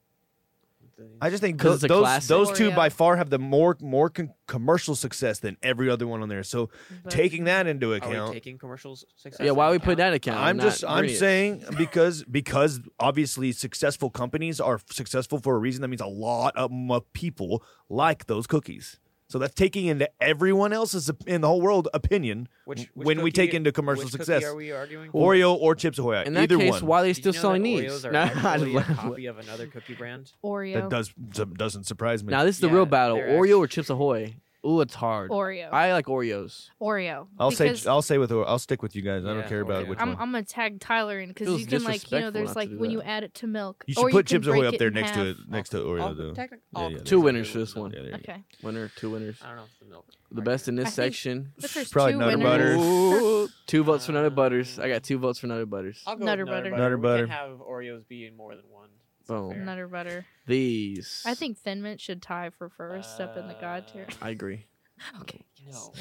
I just think
'Cause
those
it's a
those,
classic.
those two
Oreo.
by far have the more more con- commercial success than every other one on there. So
but-
taking that into
Are we
account,
taking commercials success?
yeah. Why
into
we put
account?
that in account?
I'm
not
just I'm
ingredients?
saying because because obviously successful companies are successful for a reason. That means a lot of m- of people like those cookies. So that's taking into everyone else's op- in the whole world opinion
Which, which
when we
cookie-
take into commercial
which
success.
Cookie are we arguing? for?
Oreo or Chips Ahoy,
in that
either
case,
one.
why are they
Did you
still
know that
selling
Oreos
these?
are
Nah, I
actually a
just-
copy of another cookie brand.
Oreo.
that does that doesn't surprise me.
now this is the
Yeah,
real battle:
they're
Oreo
actually-
or Chips Ahoy. Ooh, it's hard.
Oreo.
I like Oreos.
Oreo.
I'll say
because
I'll say with I'll stick with you guys. I don't
Yeah,
care about
Oreo.
which
I'm,
one.
I'm gonna tag Tyler in because
Feels
you can like you know
disrespectful
there's
not to
like
do
when
that.
you add it to milk.
you
or
should put
can
Chips Ahoy
break
up
it
there
in
next to it
half.
next to
All-
Oreo though.
technic-
Yeah,
all
yeah,
cookies
Two
are
winners
good.
for this one.
Yeah, there you go.
Okay,
Winner, two winners.
I don't know if the milk.
The best in this
I think-
section.
but there's
Probably
two
Nutter
winners.
Butter.
Ooh, two votes for Nutter Butters. I got two votes for Nutter Butters.
I'll go
Nutter
with
butter.
Nutter butter.
Nutter butter.
We can have Oreos be in more than one. It's
Boom.
unfair.
Nutter butter.
These.
I think Thin Mint should tie for first up in the god tier.
Uh,
I agree.
Okay. Yes.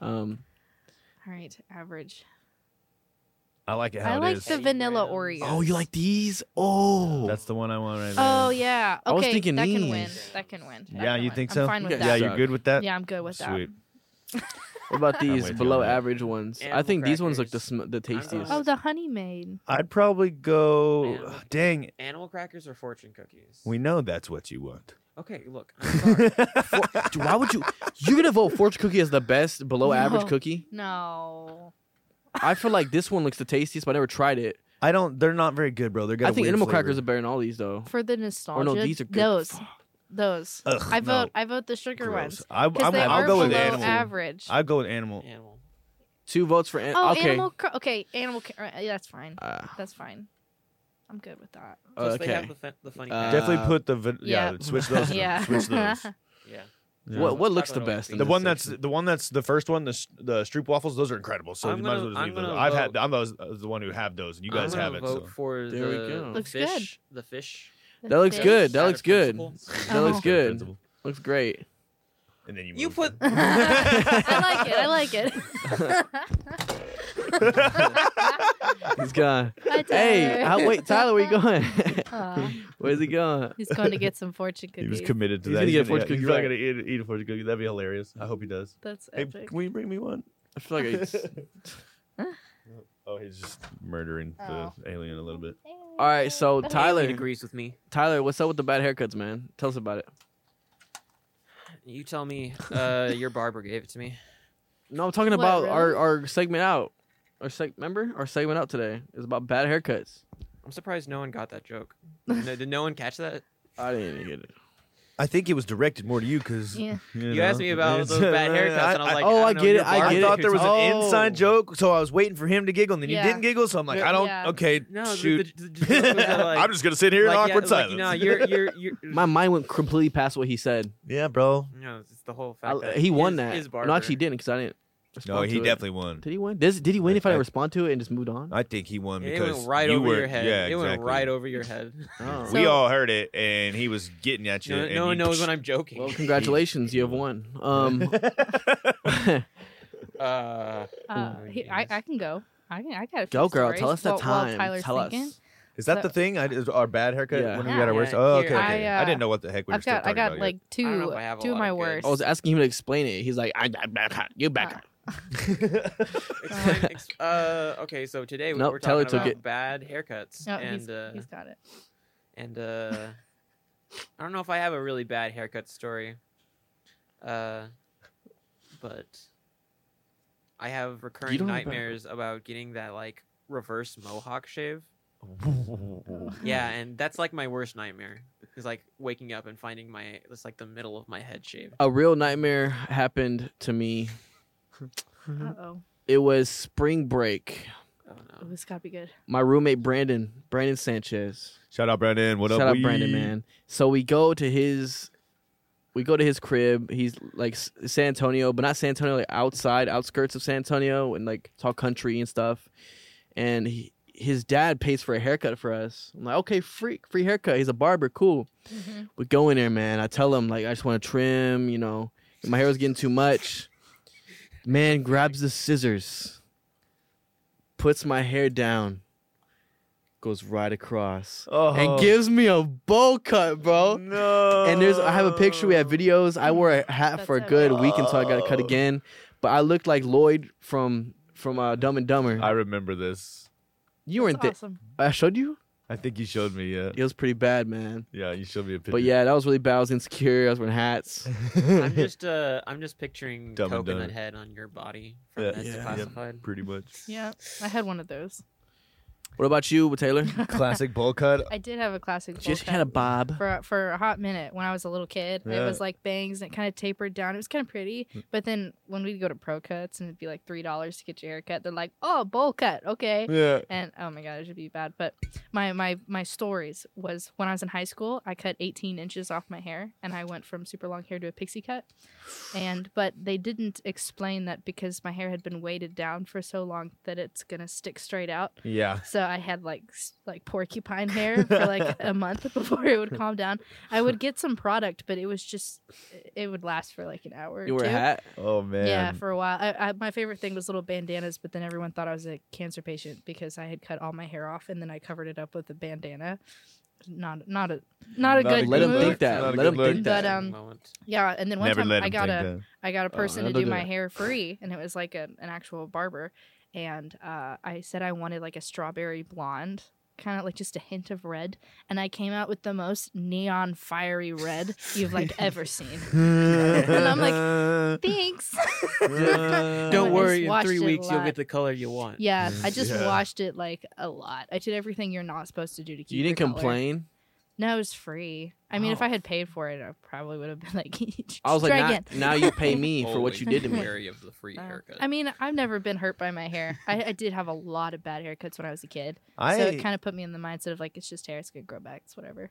No.
Um,
All right. Average.
I like it how
I
it
like
is.
the
Teddy
vanilla
Grahams.
Oreo.
Oh, you like these? Oh,
That's the one I want right now.
Oh yeah. Okay.
I was thinking
that can win.
these.
That can win. That
Yeah,
can
you
win.
think
I'm
so?
fine with
Okay.
Yeah,
that.
you
you're good with that.
Yeah, I'm good with that.
Sweet.
what about these
with you on
below
that.
average ones? I
Animal
think these ones look the
crackers.
sm- the
going
tastiest.
Oh, the honey maid.
I'd probably go. "Ah,
Man, look-
dang, it.
Animal crackers or fortune cookies?
we know that's what you want.
Okay, look. I'm sorry.
For- Dude, why would you? You're gonna vote fortune cookie as the best below average
No.
cookie?
No.
I feel like this one looks the tastiest, but I never tried it.
I don't. They're not very good, bro. They're got.
I
a
think
weird
animal
flavor.
crackers are better than all these though.
For the nostalgia.
Or Oh, no, these are good.
Those.
Fuck,
Those.
Ugh,
I
no,
vote. I vote the sugar
gross.
ones
I, I'm,
because they
I'll
are
go with
below
animal.
average.
I'll go with animal.
Animal.
Two votes for an-
oh,
okay.
animal. Cr- okay, animal. Ca- uh, yeah, that's fine.
Uh,
That's fine. I'm good with that.
Plus they
okay.
have the, fa- the funny.
Uh,
packaging.
Definitely put the van- yeah.
yeah.
Switch those.
Yeah.
Switch those.
yeah.
Yeah.
What what looks
Let's talk
the
about it
best? in
The
this
one that's
section?
the one that's the first one, the s- the stroop waffles. Those are incredible. So
I'm
you might as well
gonna-
just
I'm
leave those.
gonna
I've had.
vote-
I'm those, the one who have those, and you guys
I'm
have
gonna
it.
vote
So.
for
There we
the
go.
Looks good.
fish. The fish.
That looks
Fish.
good. That
out
looks
of
good.
principle.
That looks
Oh.
good. Looks great.
and then you
You
moved
put
it.
I like it. I like it.
He's gone.
Hi,
Hey,
Tyler.
how, wait, Tyler, where you going?
Aw,
Where's he going?
he's going to get some fortune
He was
cookies.
committed to
He's
that.
gonna get a fortune
he's
cookie,
not
right.
gonna eat, eat a fortune cookie. That'd be hilarious. I hope he does.
That's
Hey,
epic.
can you bring me one?
I feel like I
oh, he's just murdering
Oh.
the alien a little bit.
All right, so
It
Tyler,
agrees with me.
Tyler, what's up with the bad haircuts, man? Tell us about it.
You tell me. Uh, your barber gave it to me.
No, I'm talking
What,
about our,
really?
our segment out. Our seg- remember our segment out today is about bad haircuts.
I'm surprised no one got that joke. No, did no one catch that?
I didn't even get it.
I think it was directed more to you because
Yeah.
You asked me about those bad haircuts, and I was like,
oh, I
don't know,
get
your
it, I
barber
get it.
gave
thought there was an
Oh.
inside joke, so I was waiting for him to giggle, and then
Yeah.
he didn't giggle. So I'm like, I don't.
Yeah.
Okay,
No,
shoot.
The, the, the joke was that, like,
I'm just gonna sit here in
like,
awkward
yeah,
silence.
Like, no, you're you're you're.
My mind went completely past what he said.
yeah, bro.
no, it's the whole
I,
fact. that
he won
his-
that.
his
no,
barber-
actually, he didn't because I didn't.
No,
respond
he
to it.
definitely won.
Did he win? Does, did he win if I
I-
didn't respond to it and just moved on?
I think he won
It
because
went right
you
over
were,
your head.
Yeah,
it went
exactly.
right over your head.
Oh.
we
So-
all heard it, and he was getting at you.
No,
and
no one
you-
knows when I'm joking.
well, congratulations, you have won. Um,
uh,
Uh, he, I, I can go. I can. I got a few
go, girl.
stories
Tell us the
while- while
time.
Tyler's
Tell us.
thinking.
Is that
So-
the thing? I, is our bad haircut
Yeah.
when we got our
Yeah.
worst. Oh,
Here,
okay. okay.
I,
I,
uh,
didn't know what the heck we were
I've
still
got. I
talking
got
about
like
I don't know
two.
if I have a
Two of
lot
my
of good.
worst.
I was asking him to explain it. He's like, I, I back out. You back out.
explain- ex- uh, okay, so today we
Nope,
were
Taylor
talking
took
about
it.
bad haircuts,
No,
and
he's,
uh,
he's got it.
and uh, I don't know if I have a really bad haircut story, uh, but I have recurring
don't have a bad-
nightmares about getting that like reverse mohawk shave.
Uh.
it.
Yeah, and that's like my worst nightmare. Is like waking up and finding my it's like the middle of my head shaved.
A real nightmare happened to me. Mm-hmm.
Uh oh.
It was spring break.
I don't
Oh,
know.
this gotta be good.
My roommate Brandon, Brandon Sanchez.
Shout out Brandon. What
Shout
up?
out
wee?
Brandon, man. So we go to his, we go to his crib. He's like S- San Antonio, but not San Antonio, like outside, outskirts of San Antonio, and like it's all country and stuff. And he, his dad pays for a haircut for us. I'm like, okay, free, free haircut. He's a barber, cool.
Mm-hmm.
We go in there, man. I tell him like I just want to trim, you know, my hair was getting too much. Man grabs the scissors, puts my hair down, goes right across,
Oh,
and gives me a bowl cut, bro.
No.
And there's I have a picture. We have videos. I wore a hat for a
That's
good
epic.
week until I got it
Oh.
cut again, but I looked like Lloyd from from uh, Dumb and Dumber.
I remember this.
you weren't there.
That's awesome.
I showed you.
I think you showed me. Yeah.
It was pretty bad, man.
Yeah. You showed me a picture.
But yeah, that was really bad. I was insecure. I was wearing hats.
I'm just uh I'm just picturing
Dumb and
coconut
Dumber.
head on your body from
Yeah.
that's
Yeah.
classified.
pretty much.
Yeah, I had one of those.
What about you, Taylor?
Classic bowl cut.
I did have a classic.
Just
bowl
had a
cut
bob.
for for a hot minute when I was a little kid.
Yeah.
It was like bangs and it kind of tapered down. It was kind of pretty.
Mm.
But then when we'd go to pro cuts and it'd be like three dollars to get your hair cut, they're like, "Oh, bowl cut, okay."
Yeah.
And oh my god, it should be bad. But my my my stories was when I was in high school, I cut 18 inches off my hair, and I went from super long hair to a pixie cut. And but they didn't explain that because my hair had been weighted down for so long that it's gonna stick straight out.
Yeah.
So I had like s- like porcupine hair for like a month before it would calm down. I would get some product, but it was just it would last for like an hour. Or
You wear a
two.
hat.
Oh man.
Yeah, for a while. I, I, my favorite thing was little bandanas, but then everyone thought I was a cancer patient because I had cut all my hair off and then I covered it up with a bandana. Not, not a, not a
Not a
good.
Let him
move.
think that.
Not
Let
a good
him think
look.
that.
But, um,
moment.
Yeah, and then one
Never let
time
him
I got
think
a,
that. Oh,
I got a person
no,
to
don't
do
do
my
that.
hair free, and it was like a, an actual barber, and uh, I said I wanted like a strawberry blonde, kind of like just a hint of red, and I came out with the most neon fiery red you've like ever seen.
and
I'm like, Thanks.
Don't
just
worry, in
watched
three
it a
weeks you'll
lot.
get the color you want.
Yeah, I just
Yeah.
washed it like a lot. I did everything you're not supposed to do to keep.
You didn't
your color.
complain.
No, it was free. I mean, if
Oh.
I had paid for it, I probably would have been like.
I was like,
"Try
now,
again."
now you pay me for what you did to me.
Wary of the free haircut.
I mean, I've never been hurt by my hair. I, I did have a lot of bad haircuts when I was a kid,
I
so it kind of put me in the mindset of like, it's just hair, it's gonna grow back, it's whatever.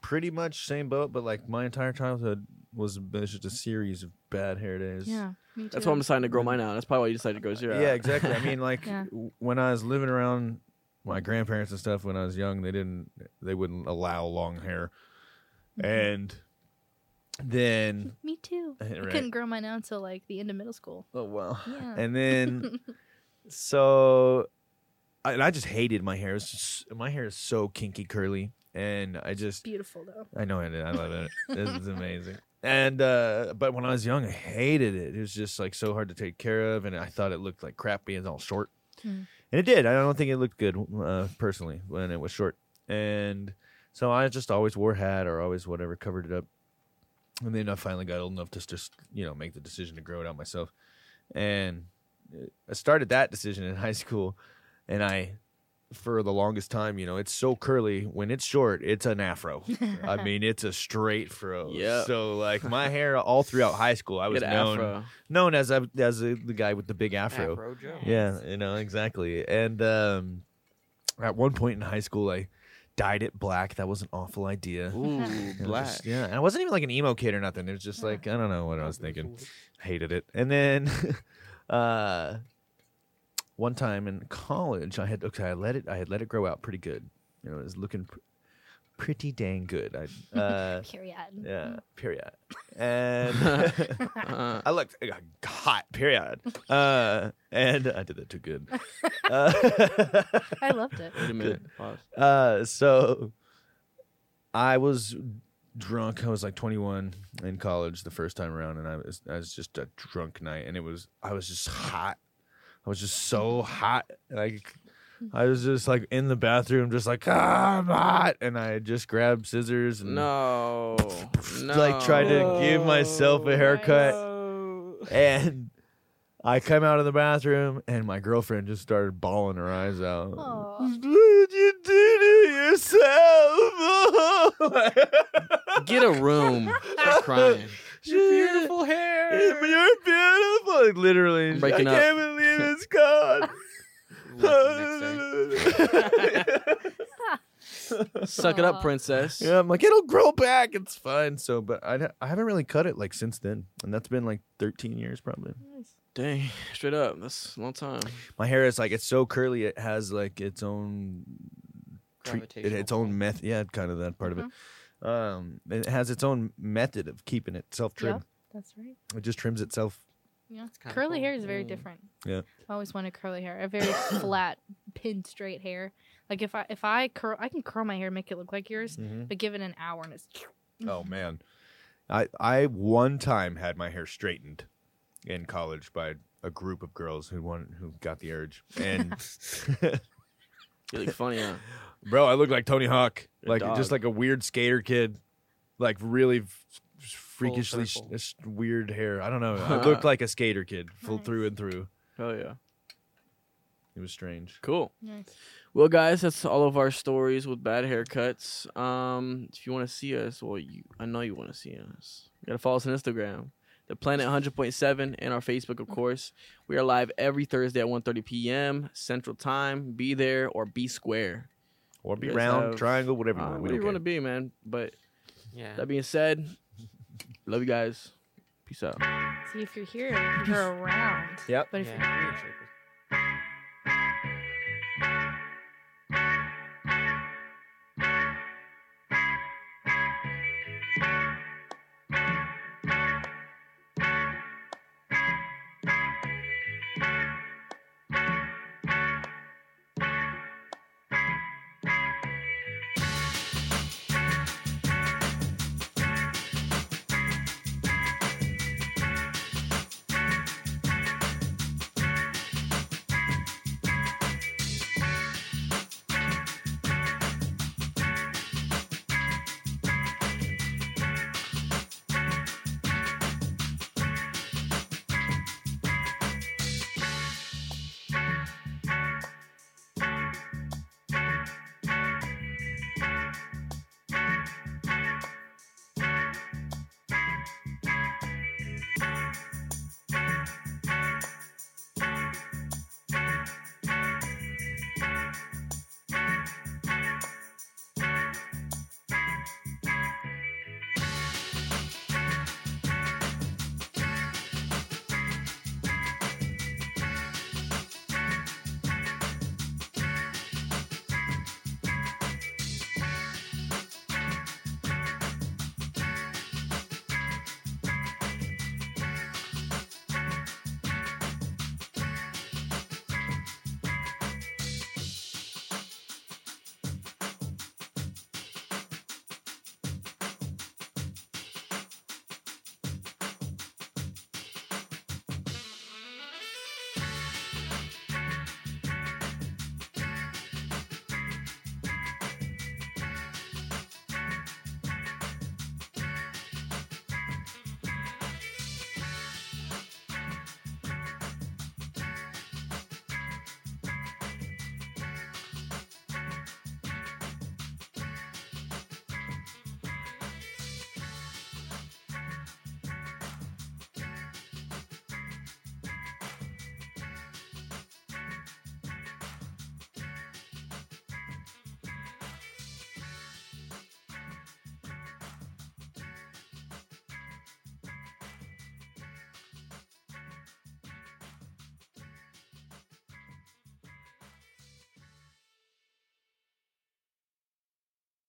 pretty much same boat, but like my entire childhood was just a series of bad hair days.
Yeah, me too.
That's why I'm deciding to grow mine out. That's probably why you decided to go zero.
Yeah, exactly. I mean, like
Yeah.
w- when I was living around my grandparents and stuff when
Mm-hmm.
I was young, they didn't they wouldn't allow long hair, and Then
Me too. I
Right.
couldn't grow mine out until like the end of middle school.
oh well.
Yeah.
And then so I, and I just hated my hair. It was just- my hair is so kinky curly, and I just
Beautiful though.
I know it. I love it. this is amazing. And uh but when I was young, I hated it. It was just like so hard to take care of, and I thought it looked like crap being all short.
Hmm.
And it did. I don't think it looked good uh, personally when it was short. And so I just always wore a hat or always whatever covered it up. And then I finally got old enough to just you know make the decision to grow it out myself. And uh, I started that decision in high school, and I for the longest time, you know, it's so curly. When it's short, it's an afro. I mean, it's a straight fro.
Yep.
So like my hair all throughout high school, I was
Get an
known
afro.
known as a, as a, the guy with the big afro.
Afro Joe.
Yeah, you know exactly. And um, at one point in high school, I dyed it black. That was an awful idea.
Ooh,
And I
black.
was just- yeah, and I wasn't even like an emo kid or nothing. It was just like I don't know what I was thinking. Hated it. And then uh one time in college, I had okay, I let it I had let it grow out pretty good. You know, it was looking pr- pretty dang good. I uh
Period.
yeah, period. And
Uh,
I looked uh, hot, period. Uh and I did that too good. Uh,
I loved it.
wait a minute. Pause.
Uh, so I was drunk. I was like 21 in college the first time around, and I was I was just a drunk night, and it was I was just hot. I was just so hot, like I was just like in the bathroom, just like ah, I'm hot, and I just grabbed scissors and
No. No.
like tried to give myself a haircut and I come out of the bathroom and my girlfriend just started bawling her eyes out.
Aw.
What you do to yourself?
Get a room. She's crying.
Your beautiful hair.
You're beautiful. Like, literally,
I'm breaking
I
up.
can't believe it's gone.
Suck it up,
Aw.
princess.
yeah, I'm like it'll grow back. It's fine. So, but I I haven't really cut it like since then, and that's been like 13 years probably.
Dang. Straight up. That's a long time.
my hair is like it's so curly it has like its own treat it,
Gravitational
its own
pull. Mm-hmm.
method yeah kind of that part of it um it has its own method of keeping itself trimmed
That's right.
it just trims itself
Yeah.
kinda
Curly
cool.
hair is very
Mm.
different.
Yeah.
I always wanted curly hair. A very flat, pinned straight hair. Like if I if I curl I can curl my hair and make it look like yours,
Mm-hmm.
but give it an hour and it's
oh man i i one time had my hair straightened in college by a group of girls who won who got the urge and
You look funny, huh?
bro i look like tony hawk
A
like
dog.
just like a weird skater kid like really f- freakishly sh-
circle.
sh- weird hair i don't know i looked like a skater kid full
Nice.
through and through
Oh yeah.
it was strange
Cool.
nice.
Well, guys, that's all of our stories with bad haircuts. Um, if you want to see us, well, you, I know you want to see us. You gotta follow us on Instagram, the Planet 100.7, and our Facebook, of course. We are live every Thursday at 1:30 p.m. Central Time. Be there or be square.
or be
You guys
round
have-
triangle whatever
Uh,
we
whatever
don't
you want to be,
care.
man. But
Yeah.
that being said, love you guys. Peace out.
See if you're here, you're around.
Yep.
But if
yeah.